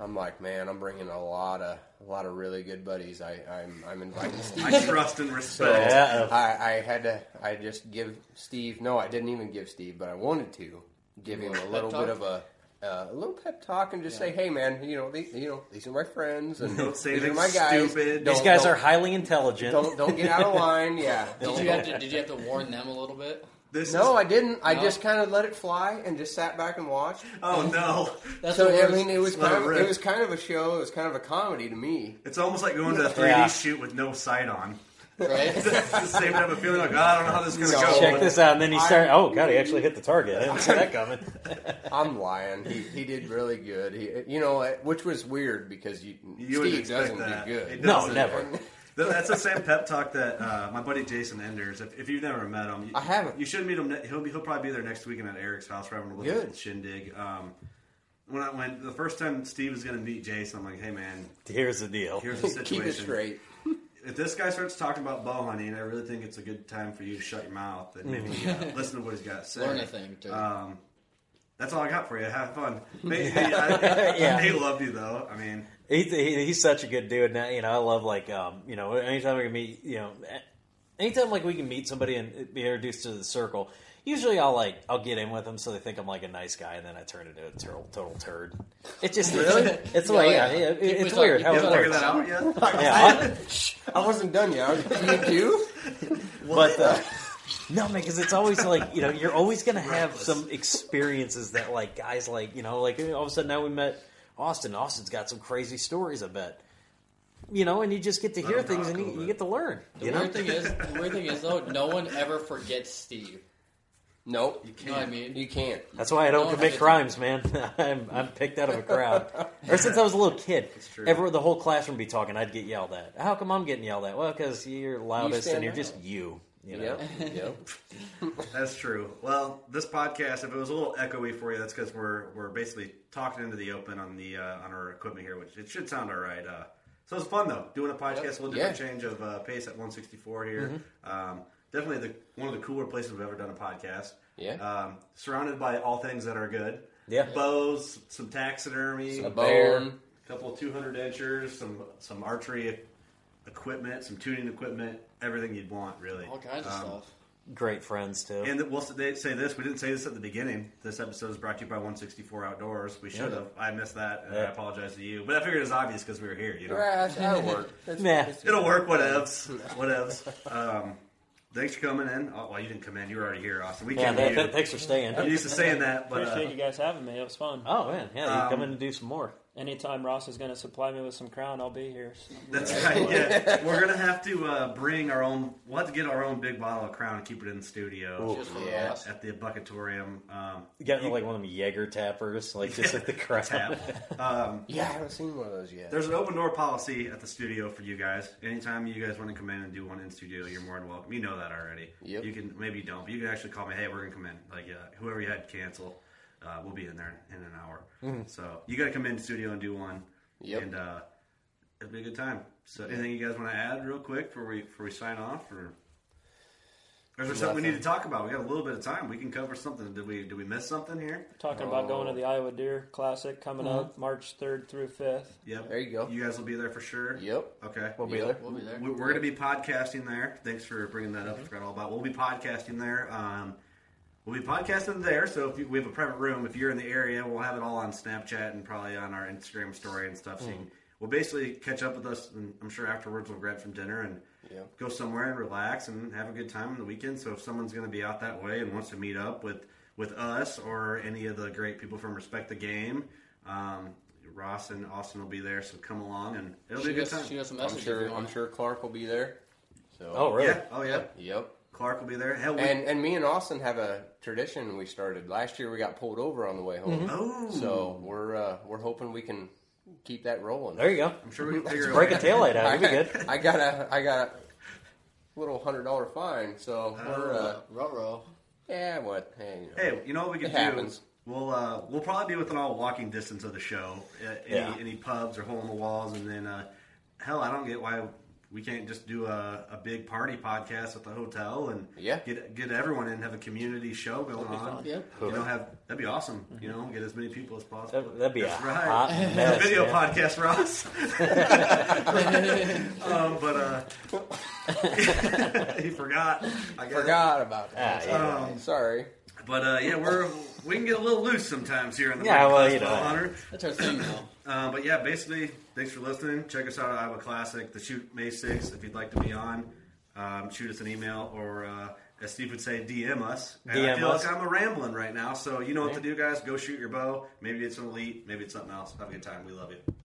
I'm like, man, I'm bringing a lot of a lot of really good buddies. I I'm, I'm inviting Steve.
[LAUGHS] I trust and respect.
So
Yeah.
I, I had to I just give Steve. No, I didn't even give Steve, but I wanted to give him a
Pep
little bit
talk?
of a. Uh, a little pep talk and just say, "Hey, man, you know, these, you know, these are my friends, and
Don't say
these are
anything
my guys.
stupid.
Don't-
These guys
don't-
are highly intelligent.
Don't don't get out of line. Yeah.
Did
Don't-
you have to? Did you have to warn them a little bit?
no, I didn't. I
No?
just kind of let it fly and just sat back and watched.
Oh no!
That's
so
the
I
worst.
mean, it was
Let it
kind of,
rip.
it was kind of a show. It was kind of a comedy to me.
It's almost like going to a 3D
Yeah.
shoot with no sight on. [LAUGHS]
Right?
it's the same type of feeling. Like "Oh, I don't know how this is gonna go.
Check this out, and then he
I-
started. Oh god, he actually hit the target. I didn't see that coming.
I'm lying. He, he did really good. He, you know, which was weird because you,
You would
Steve
expect
doesn't
that.
do good.
It
No,
doesn't.
never.
Th- That's the same pep talk that uh, my buddy Jason Enders. If, if you've never met him, you,
I haven't.
You should meet him. ne- He'll be, he'll probably be there next weekend at Eric's house. We're having a little
Good.
shindig. Um, when I when the first time Steve was going to meet Jason, I'm like, hey man,
Here's the deal.
here's the
Keep
situation.
it straight.
If this guy starts talking about bow hunting, I really think it's a good time for you to shut your mouth and maybe uh, listen to what he's got to say.
Learn a thing, too.
Um, that's all I got for you. Have fun. They, they, I, [LAUGHS]
Yeah.
they love you though. I mean,
He, he, he's such a good dude. Now you know I love like um you know anytime we can meet you know a- anytime like we can meet somebody and be introduced to the circle. Usually I'll like I'll get in with them so they think I'm like a nice guy and then I turn into a total, total turd. It just
Really?
it's,
[LAUGHS]
it's
Yeah,
like
yeah.
yeah, it-
You
it's
put
weird
some-
how
you
it
put
you
some-
figure
works.
that out yet?
Yeah,
I wasn't done yet. I was, you do?
but uh, no man, because it's always like you know you're always gonna have some experiences that like guys like you know like all of a sudden now we met Austin. Austin's got some crazy stories. I bet. You know, and you just get to hear
him
things, and
talk a
you,
little
you get
bit.
to learn.
The
you know?
weird thing is, the weird thing is though, no one ever forgets Steve.
Nope.
You know what I mean?
You can't.
That's why I don't
No,
commit
it's-
crimes, man. [LAUGHS] I'm, I'm picked out of a crowd. Ever since I was a little kid,
true.
everyone, the whole classroom would be talking. I'd get yelled at. How come I'm getting yelled at? Well, because you're loudest
stand
and you're
out.
just you. You know?
Yep. Yep.
That's true. Well, this podcast, if it was a little echoey for you, that's because we're we're basically talking into the open on the uh, on our equipment here, which it should sound all right. Uh, so it's fun though doing a podcast, a little different
Yeah.
change of uh, pace at 164 here. Um, definitely the one of the cooler places we've ever done a podcast.
Yeah.
Um, surrounded by all things that are good.
Yeah.
Bows, some taxidermy,
Some
a
bear.
bone, a couple of 200 inchers, some some archery equipment, some tuning equipment, everything you'd want really.
[LAUGHS] All kinds of
Um,
stuff.
Great friends, too.
and th- we'll s- they say this. We didn't say this at the beginning. This episode is brought to you by 164 Outdoors. We should
Yeah.
have. I missed that, and I
Yeah.
apologize to you. But I figured it was obvious because we were here. You know,
Yeah, that's- that'll work. That's-
Nah.
that's-
it'll work.
[LAUGHS]
Whatevs. Whatevs. Um, thanks for coming in. Oh, well, you didn't come in. You were already here, Austin. We
yeah,
came
th-
to
th-
you.
thanks for staying.
I'm used to saying that, but
Appreciate
uh,
you guys having me. It was fun.
Oh, man. Yeah, you
Um,
come in and do some more.
Anytime Ross is going to supply me with some crown, I'll be here.
that's right. Yeah, we're gonna have to uh, bring our own. We'll have to get our own big bottle of Crown and keep it in the studio
Just for
yeah.
us.
at the Bucketorium. Um,
You got like one of them Jaeger tappers, like just like the crowd. [LAUGHS]
tap. Um,
Yeah, I haven't seen one of those yet.
There's an open door policy at the studio for you guys. Anytime you guys want to come in and do one in studio, you're more than welcome. You know that already.
Yep.
You can maybe you don't, but you can actually call me. Hey, we're gonna come in. Like uh, whoever you had cancel, uh, we'll be in there in an hour. So you got to come in studio and do one.
Yep.
And uh, It'll be a good time. So, anything you guys want to add real quick before we before we sign off, or or is there something we need to talk about? We got a little bit of time. We can cover something. Did we did we miss something here?
Talking about going to the Iowa Deer Classic coming
Mhm.
up March 3rd through 5th.
Yep. There you go. You guys will be there for sure. Yep. Okay.
We'll be Yep, there. we'll be there.
We- We're going to be podcasting there. Thanks for bringing that
Mm-hmm.
up. I forgot all about. We'll be podcasting there. Um, we'll be podcasting there. So if you, we have a private room, if you're in the area, we'll have it all on Snapchat and probably on our Instagram story and stuff. So you
Mhm.
can, we'll basically catch up with us, and I'm sure afterwards we'll grab some dinner and
Yeah.
go somewhere and relax and have a good time on the weekend. So if someone's going to be out that way and wants to meet up with with us or any of the great people from Respect the Game, um, Ross and Austin will be there. So come along and it'll be a
Shoot
good
us-
time.
shoot us a message
I'm
if
sure-
you want.
I'm sure Clark will be there.
So
Oh, really? Yeah. Oh, yeah.
Yep.
Clark will be there. Hell, we-
and and me and Austin have a tradition we started last year. We got pulled over on the way home.
Mm-hmm.
Mhm. Oh.
So we're uh, we're hoping we can keep that rolling.
There you go. I'm sure we
[LAUGHS]
can figure Just break a taillight out. It'll be
[LAUGHS]
good.
I got a I got a little hundred dollar fine. So we're uh, row row. Yeah. What? Hey. You know,
Oh. Hey, you know what we
It
can do?
happens.
We'll uh, we'll probably be within all walking distance of the show. Uh, any,
Yeah.
any pubs or hole in the walls, and then uh, hell, I don't get why we can't just do a, a big party podcast at the hotel and
Yeah.
get get everyone in, have a community show going
That'd be
on.
fun. Yeah.
You know, have that'd be awesome. You know, get as many people as possible. That,
that'd be a
That's
hot
right.
mess,
[LAUGHS] video
man.
podcast,
[LAUGHS]
Ross. [LAUGHS] um, but uh, [LAUGHS] he forgot. I guess.
Forgot about
Ah,
that.
Ah,
Um,
Sorry.
but uh, yeah, we're we can get a little loose sometimes here on the
Yeah, well,
Podcast
you know.
Ball Hunter.
That's our thing now.
Uh, but yeah, basically, thanks for listening. Check us out at Iowa Classic, the shoot May 6th. If you'd like to be on, um, shoot us an email or, uh, as Steve would say, DM us. And I
DM
feel
us.
like I'm a rambling right now, so you know what to do, guys. Go shoot your bow. Maybe it's an elite, maybe it's something else. Have a good time. We love you.